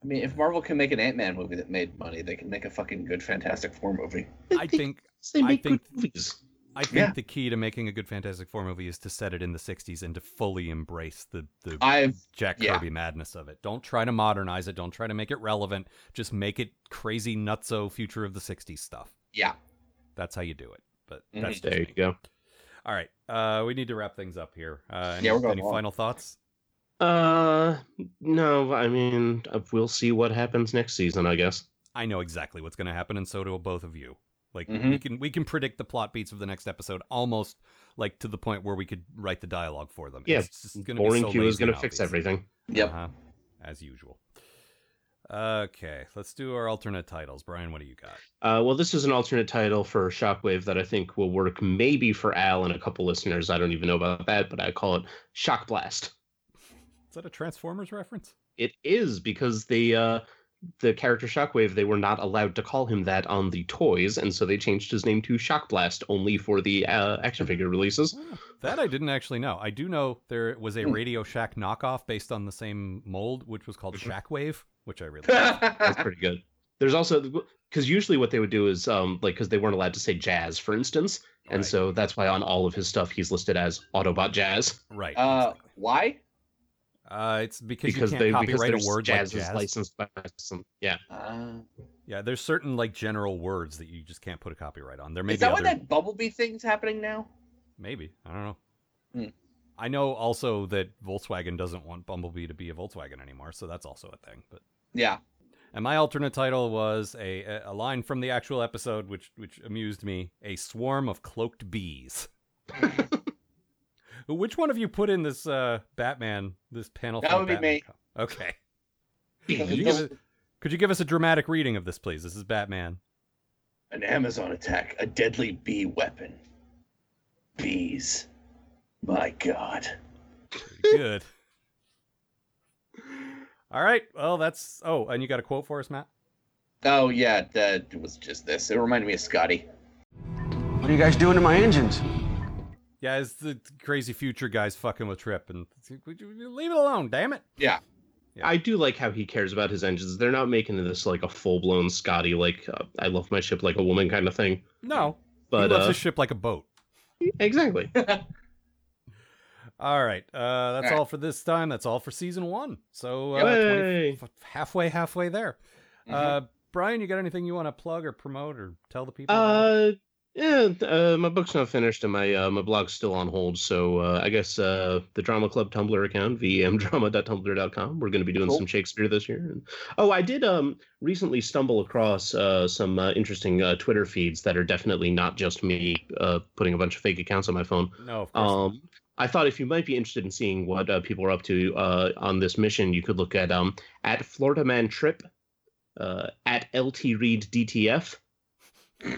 [SPEAKER 5] I mean, if Marvel can make an Ant Man movie that made money, they can make a fucking good Fantastic Four movie.
[SPEAKER 4] I think
[SPEAKER 6] they
[SPEAKER 4] I
[SPEAKER 6] make good
[SPEAKER 4] think-
[SPEAKER 6] movies.
[SPEAKER 4] I think
[SPEAKER 5] Yeah.
[SPEAKER 4] the key to making a good Fantastic Four movie is to set it in the '60s and to fully embrace the the
[SPEAKER 5] I've
[SPEAKER 4] Jack
[SPEAKER 5] yeah.
[SPEAKER 4] Kirby madness of it. Don't try to modernize it. Don't try to make it relevant. Just make it crazy nutso future of the '60s stuff.
[SPEAKER 5] yeah,
[SPEAKER 4] That's how you do it. But
[SPEAKER 5] Mhm.
[SPEAKER 4] that's just
[SPEAKER 6] There you
[SPEAKER 4] me.
[SPEAKER 6] go.
[SPEAKER 4] All right, uh, we need to wrap things up here. Uh, any,
[SPEAKER 5] Yeah, we're going
[SPEAKER 4] any
[SPEAKER 5] long.
[SPEAKER 4] final thoughts?
[SPEAKER 6] Uh, no, I mean, uh, we'll see what happens next season, I guess.
[SPEAKER 4] I know exactly what's going to happen, and so do both of you. Like we
[SPEAKER 6] Mm-hmm.
[SPEAKER 5] Mhm.
[SPEAKER 4] can we can predict the plot beats of the next episode almost like to the point where we could write the dialogue for them.
[SPEAKER 6] Yeah,
[SPEAKER 4] It's just gonna be
[SPEAKER 6] Boring
[SPEAKER 4] so
[SPEAKER 6] Q is
[SPEAKER 4] lazy
[SPEAKER 6] going to
[SPEAKER 4] and
[SPEAKER 6] fix
[SPEAKER 4] obvious.
[SPEAKER 6] everything.
[SPEAKER 5] yep.
[SPEAKER 4] Uh-huh, as usual. Okay, let's do our alternate titles. Brian, what do you got?
[SPEAKER 6] Uh, well, this is an alternate title for Shockwave that I think will work maybe for Al and a couple listeners. I don't even know about that, but I call it Shock Blast.
[SPEAKER 4] Is that a Transformers reference?
[SPEAKER 6] It is because the uh, the character Shockwave they were not allowed to call him that on the toys, and so they changed his name to Shock Blast only for the uh, action figure releases.
[SPEAKER 4] That I didn't actually know. I do know there was a
[SPEAKER 5] Hmm.
[SPEAKER 4] Radio Shack knockoff based on the same mold, which was called
[SPEAKER 6] Mhm.
[SPEAKER 4] Shackwave, which I really liked.
[SPEAKER 6] That's
[SPEAKER 5] yeah,
[SPEAKER 6] pretty good. There's also because usually what they would do is um like because they weren't allowed to say jazz, for instance, and
[SPEAKER 4] Right.
[SPEAKER 6] so that's why on all of his stuff he's listed as Autobot Jazz
[SPEAKER 4] right.
[SPEAKER 5] uh,
[SPEAKER 4] exactly.
[SPEAKER 5] why?
[SPEAKER 4] Uh, it's because,
[SPEAKER 6] because
[SPEAKER 4] you
[SPEAKER 6] they
[SPEAKER 4] can't
[SPEAKER 6] because
[SPEAKER 4] copyright
[SPEAKER 6] there's
[SPEAKER 4] a word
[SPEAKER 6] jazz
[SPEAKER 4] like
[SPEAKER 6] is
[SPEAKER 4] jazz.
[SPEAKER 6] licensed by some, yeah.
[SPEAKER 5] Uh,
[SPEAKER 4] Yeah, there's certain like general words that you just can't put a copyright on. There may
[SPEAKER 5] is
[SPEAKER 4] be
[SPEAKER 5] that
[SPEAKER 4] other
[SPEAKER 5] why that Bumblebee thing's happening now?
[SPEAKER 4] maybe I don't know.
[SPEAKER 5] Hmm.
[SPEAKER 4] I know also that Volkswagen doesn't want Bumblebee to be a Volkswagen anymore, so that's also a thing. But
[SPEAKER 5] Yeah.
[SPEAKER 4] and my alternate title was a a- a line from the actual episode, which which amused me: a swarm of cloaked bees. Which one of you put in this uh, Batman? This panel.
[SPEAKER 5] That
[SPEAKER 4] from
[SPEAKER 5] would be
[SPEAKER 4] Batman
[SPEAKER 5] me.
[SPEAKER 4] Co- Okay.
[SPEAKER 5] Because
[SPEAKER 4] Could you,
[SPEAKER 5] it
[SPEAKER 4] give
[SPEAKER 5] was
[SPEAKER 4] us, could you give us a dramatic reading of this, please? This is Batman.
[SPEAKER 5] An Amazon attack, a deadly bee weapon. Bees. My God.
[SPEAKER 4] Pretty good. All right. Well, that's. Oh, and you got a quote for us, Matt?
[SPEAKER 5] Oh yeah, that was just this. It reminded me of Scotty.
[SPEAKER 7] What are you guys doing to my engines?
[SPEAKER 4] Yeah, it's the crazy future guys fucking with Trip, and Would you leave it alone, damn it.
[SPEAKER 5] Yeah.
[SPEAKER 4] Yeah.
[SPEAKER 6] I do like how he cares about his engines. They're not making this like a full blown Scotty like uh, I love my ship like a woman kind of thing.
[SPEAKER 4] No,
[SPEAKER 6] But
[SPEAKER 4] he loves
[SPEAKER 6] uh,
[SPEAKER 4] his ship like a boat.
[SPEAKER 6] exactly.
[SPEAKER 4] All right, uh, that's
[SPEAKER 5] All right.
[SPEAKER 4] all for this time. That's all for season one. So uh, 20
[SPEAKER 6] Yay.
[SPEAKER 4] f- halfway, halfway there.
[SPEAKER 5] Mhm.
[SPEAKER 4] Uh, Brian, you got anything you want to plug or promote or tell the people? about?
[SPEAKER 6] Uh, yeah, uh, my book's not finished and my uh, my blog's still on hold. So uh, I guess uh, the Drama Club Tumblr account, vmdrama.tumblr.com. We're going to be doing
[SPEAKER 5] Cool.
[SPEAKER 6] some Shakespeare this year. And, oh, I did um recently stumble across uh, some uh, interesting uh, Twitter feeds that are definitely not just me uh, putting a bunch of fake accounts on my phone.
[SPEAKER 4] no, of course.
[SPEAKER 6] Um, I thought if you might be interested in seeing what uh, people are up to uh, on this mission, you could look at um at Florida Man Trip, uh, at LT Reed DTF,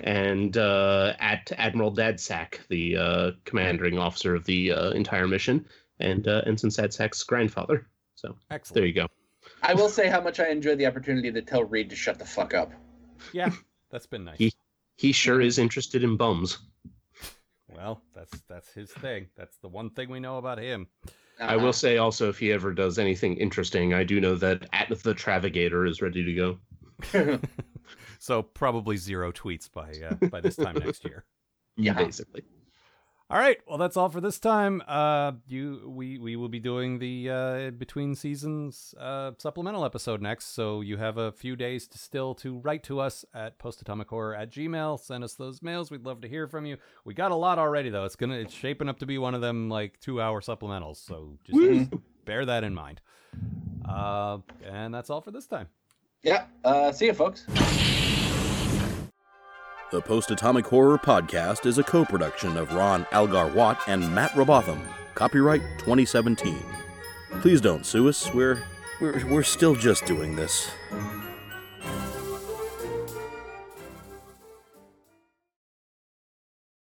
[SPEAKER 6] and uh, at Admiral Dadsack, the uh, commanding officer of the uh, entire mission, and uh, Ensign Sadsack's grandfather. So
[SPEAKER 4] not.
[SPEAKER 6] there
[SPEAKER 4] Excellent.
[SPEAKER 6] you go.
[SPEAKER 5] I will say how much I enjoyed the opportunity to tell Reed to shut the fuck up.
[SPEAKER 4] Yeah, that's been nice.
[SPEAKER 6] He- He sure is interested in bums.
[SPEAKER 4] Well, that's that's his thing. That's the one thing we know about him.
[SPEAKER 6] I will say also, if he ever does anything interesting, I do know that at the Travigator is ready to go.
[SPEAKER 5] Uh-uh.
[SPEAKER 4] So probably zero tweets by uh, by this time next year.
[SPEAKER 5] Yeah.
[SPEAKER 6] basically.
[SPEAKER 4] All right. Well, that's all for this time. Uh, you we we will be doing the uh, between seasons uh, supplemental episode next, so you have a few days to still to write to us at postatomichorror at gmail. Send us those mails. We'd love to hear from you. We got a lot already though. It's gonna it's shaping up to be one of them like two hour supplementals. So just bear that in mind. Uh, and that's all for this time.
[SPEAKER 5] Yeah. Uh, see you, folks.
[SPEAKER 3] The Post Atomic Horror Podcast is a co production of Ron Algar Watt and Matt Robotham. Copyright 2017. Please don't sue us. We're, we're, we're still just doing this.